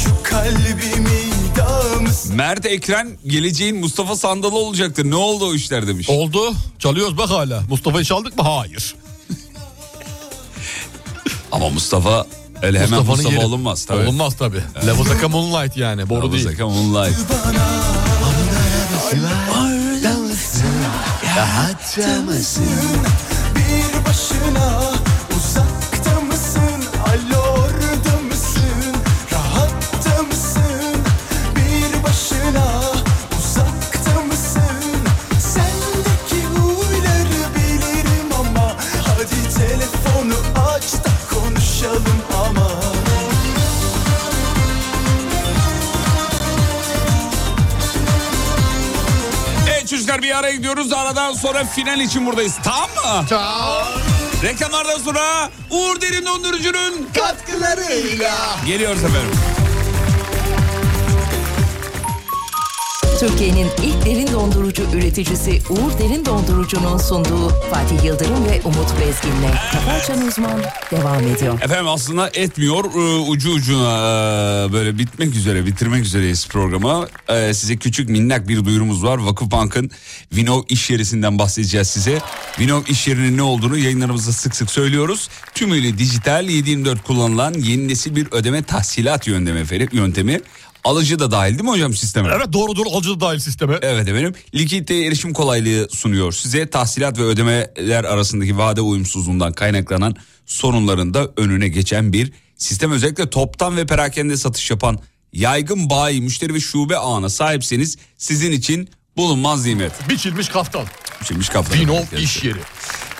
[SPEAKER 12] şu kalbimi dağımız
[SPEAKER 3] Mert Ekren geleceğin Mustafa Sandalı olacaktı. Ne oldu o işler demiş.
[SPEAKER 4] Oldu. Çalıyoruz bak hala. Mustafa'yı çaldık mı? Hayır.
[SPEAKER 3] Ama Mustafa öyle hemen
[SPEAKER 4] Mustafa'nın
[SPEAKER 3] Mustafa
[SPEAKER 4] yeri-
[SPEAKER 3] olunmaz tabii.
[SPEAKER 4] Olunmaz tabii. Lavazaka Moonlight yani. Boru değil.
[SPEAKER 3] Lavazaka Moonlight.
[SPEAKER 12] Hatta mısın? Bir başına uzakta mısın? Alo orada mısın? Rahatta mısın? Bir başına uzakta mısın? Sendeki huyları bilirim ama Hadi telefonu aç da konuşalım ama
[SPEAKER 3] Evet çocuklar bir ara gidiyoruz. Aradan sonra final için buradayız. Tamam mı? Tamam. Reklamlardan sonra Uğur Derin Dondurucu'nun katkılarıyla geliyoruz efendim.
[SPEAKER 1] Türkiye'nin ilk derin dondurucu üreticisi Uğur Derin Dondurucu'nun sunduğu Fatih Yıldırım ve Umut Bezgin'le Kafa Açan Uzman devam ediyor.
[SPEAKER 3] Efendim aslında etmiyor Ee, ucu ucuna ee, böyle bitmek üzere bitirmek üzereyiz programı. Ee, size küçük minnak bir duyurumuz var. Vakıfbank'ın Vinov iş yerisinden bahsedeceğiz size. Vinov iş yerinin ne olduğunu yayınlarımızda sık sık söylüyoruz. Tümüyle dijital 724 kullanılan yeni nesil bir ödeme tahsilat yöntemi efendim. Yöntemi. Alıcı da dahil değil mi hocam sisteme?
[SPEAKER 4] Evet doğrudur alıcı da dahil sisteme.
[SPEAKER 3] Evet efendim. Likiditeye erişim kolaylığı sunuyor. Size tahsilat ve ödemeler arasındaki vade uyumsuzluğundan kaynaklanan sorunların da önüne geçen bir sistem. Özellikle toptan ve perakende satış yapan yaygın bayi, müşteri ve şube ağına sahipseniz sizin için bulunmaz nimet.
[SPEAKER 4] Biçilmiş kaftan.
[SPEAKER 3] Biçilmiş kaftan.
[SPEAKER 4] Vinov iş yeri.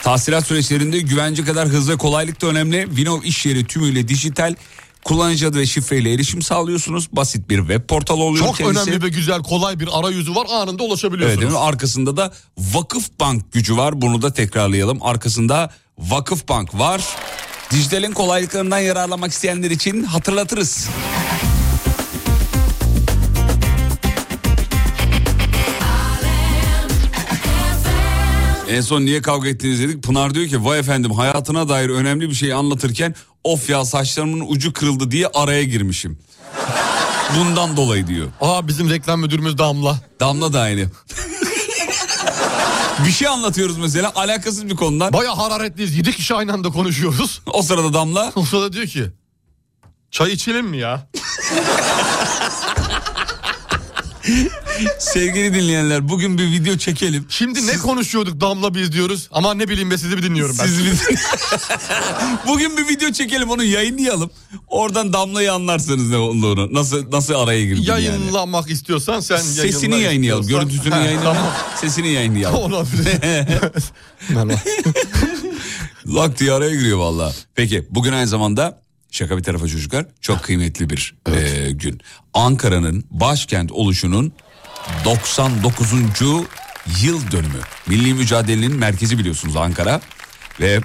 [SPEAKER 3] Tahsilat süreçlerinde güvence kadar hız ve kolaylık da önemli. Vinov iş yeri tümüyle dijital kullanıcı adı ve şifreyle erişim sağlıyorsunuz. Basit bir web portalı oluyor
[SPEAKER 4] Çok
[SPEAKER 3] kendisi.
[SPEAKER 4] önemli ve güzel kolay bir arayüzü var anında ulaşabiliyorsunuz.
[SPEAKER 3] Evet, değil mi? arkasında da Vakıfbank gücü var. Bunu da tekrarlayalım. Arkasında Vakıfbank var. Dijitalin kolaylıklarından yararlanmak isteyenler için hatırlatırız. En son niye kavga ettiniz dedik. Pınar diyor ki vay efendim hayatına dair önemli bir şey anlatırken of ya saçlarımın ucu kırıldı diye araya girmişim. Bundan dolayı diyor.
[SPEAKER 4] Aa bizim reklam müdürümüz Damla.
[SPEAKER 3] Damla da aynı. bir şey anlatıyoruz mesela alakasız bir konudan.
[SPEAKER 4] Baya hararetliyiz. Yedi kişi aynı anda konuşuyoruz.
[SPEAKER 3] O sırada Damla.
[SPEAKER 4] O sırada diyor ki çay içelim mi ya?
[SPEAKER 3] Sevgili dinleyenler bugün bir video çekelim.
[SPEAKER 4] Şimdi ne konuşuyorduk Damla biz diyoruz. Ama ne bileyim be sizi bir dinliyorum ben.
[SPEAKER 3] Siz bir- Bugün bir video çekelim onu yayınlayalım. Oradan Damla'yı anlarsınız ne olduğunu. Nasıl nasıl araya girdi yani.
[SPEAKER 4] Yayınlanmak istiyorsan sen
[SPEAKER 3] Sesini yayınlayalım. Görüntüsünü yayınlayalım. Sesini yayınlayalım. Lak diye araya giriyor valla. Peki bugün aynı zamanda şaka bir tarafa çocuklar çok kıymetli bir e, gün. Ankara'nın başkent oluşunun 99. yıl dönümü. Milli mücadelenin merkezi biliyorsunuz Ankara ve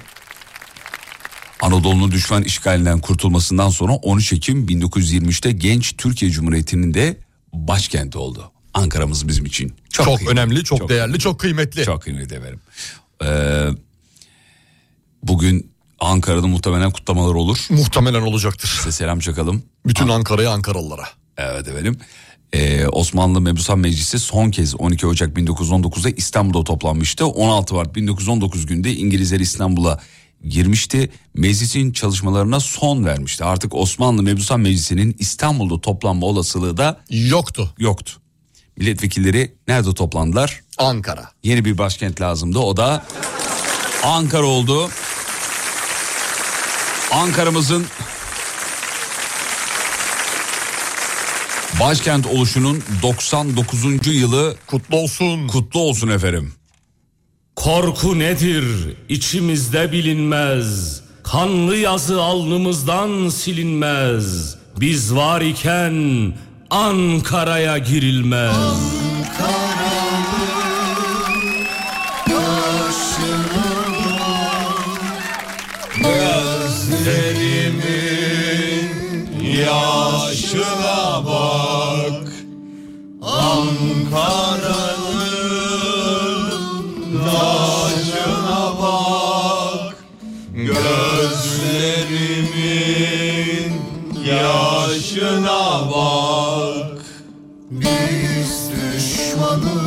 [SPEAKER 3] Anadolu'nun düşman işgalinden kurtulmasından sonra 13 Ekim 1923'te genç Türkiye Cumhuriyeti'nin de başkenti oldu. Ankara'mız bizim için.
[SPEAKER 4] Çok, önemli, çok,
[SPEAKER 3] çok
[SPEAKER 4] değerli, çok kıymetli.
[SPEAKER 3] Çok kıymetli efendim. Ee, bugün Ankara'da muhtemelen kutlamalar olur.
[SPEAKER 4] Muhtemelen olacaktır.
[SPEAKER 3] Size selam çakalım.
[SPEAKER 4] Bütün Ankara'ya Ankaralılara.
[SPEAKER 3] Evet efendim. Ee, Osmanlı Mebusan Meclisi son kez 12 Ocak 1919'da İstanbul'da toplanmıştı. 16 Mart 1919 günde İngilizler İstanbul'a girmişti. Meclisin çalışmalarına son vermişti. Artık Osmanlı Mebusan Meclisi'nin İstanbul'da toplanma olasılığı da
[SPEAKER 4] yoktu.
[SPEAKER 3] Yoktu. Milletvekilleri nerede toplandılar?
[SPEAKER 4] Ankara.
[SPEAKER 3] Yeni bir başkent lazımdı. O da Ankara oldu. Ankara'mızın başkent oluşunun 99. yılı
[SPEAKER 4] kutlu olsun.
[SPEAKER 3] Kutlu olsun efendim.
[SPEAKER 16] Korku nedir içimizde bilinmez Kanlı yazı alnımızdan silinmez Biz var iken Ankara'ya girilmez
[SPEAKER 5] Gözlerimin yaşına bak Ankara'nın taşına bak Gözlerimin yaşına bak Biz düşmanı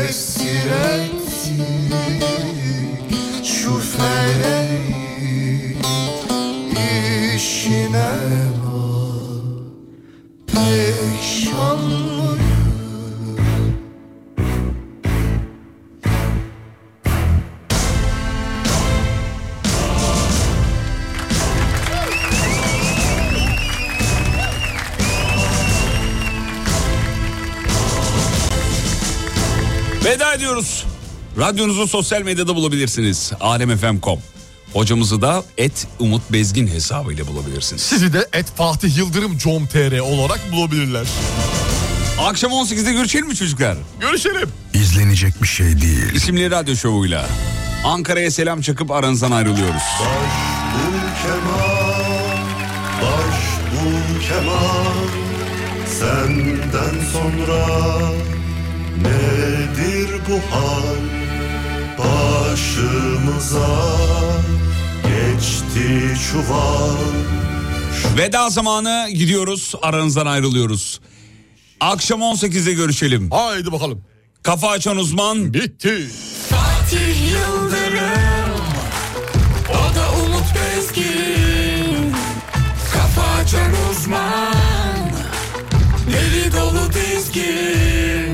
[SPEAKER 5] esir ettik Şu feleğin işine bak Perişanlık
[SPEAKER 3] Veda ediyoruz. Radyonuzu sosyal medyada bulabilirsiniz. Alemfm.com. Hocamızı da et Umut Bezgin hesabıyla bulabilirsiniz.
[SPEAKER 4] Sizi de et Fatih Yıldırım com.tr olarak bulabilirler.
[SPEAKER 3] Akşam 18'de görüşelim mi çocuklar?
[SPEAKER 4] Görüşelim.
[SPEAKER 3] İzlenecek bir şey değil. İsimli radyo şovuyla. Ankara'ya selam çakıp aranızdan ayrılıyoruz.
[SPEAKER 17] Kemal, başbuğ Kemal Senden sonra nedir bu hal Başımıza geçti çuval
[SPEAKER 3] Veda zamanı gidiyoruz aranızdan ayrılıyoruz. Akşam 18'de görüşelim.
[SPEAKER 4] Haydi bakalım.
[SPEAKER 3] Kafa açan uzman.
[SPEAKER 4] Bitti.
[SPEAKER 8] Fatih Yıldırım O da Umut Bezgin Kafa açan uzman Deli dolu dizgin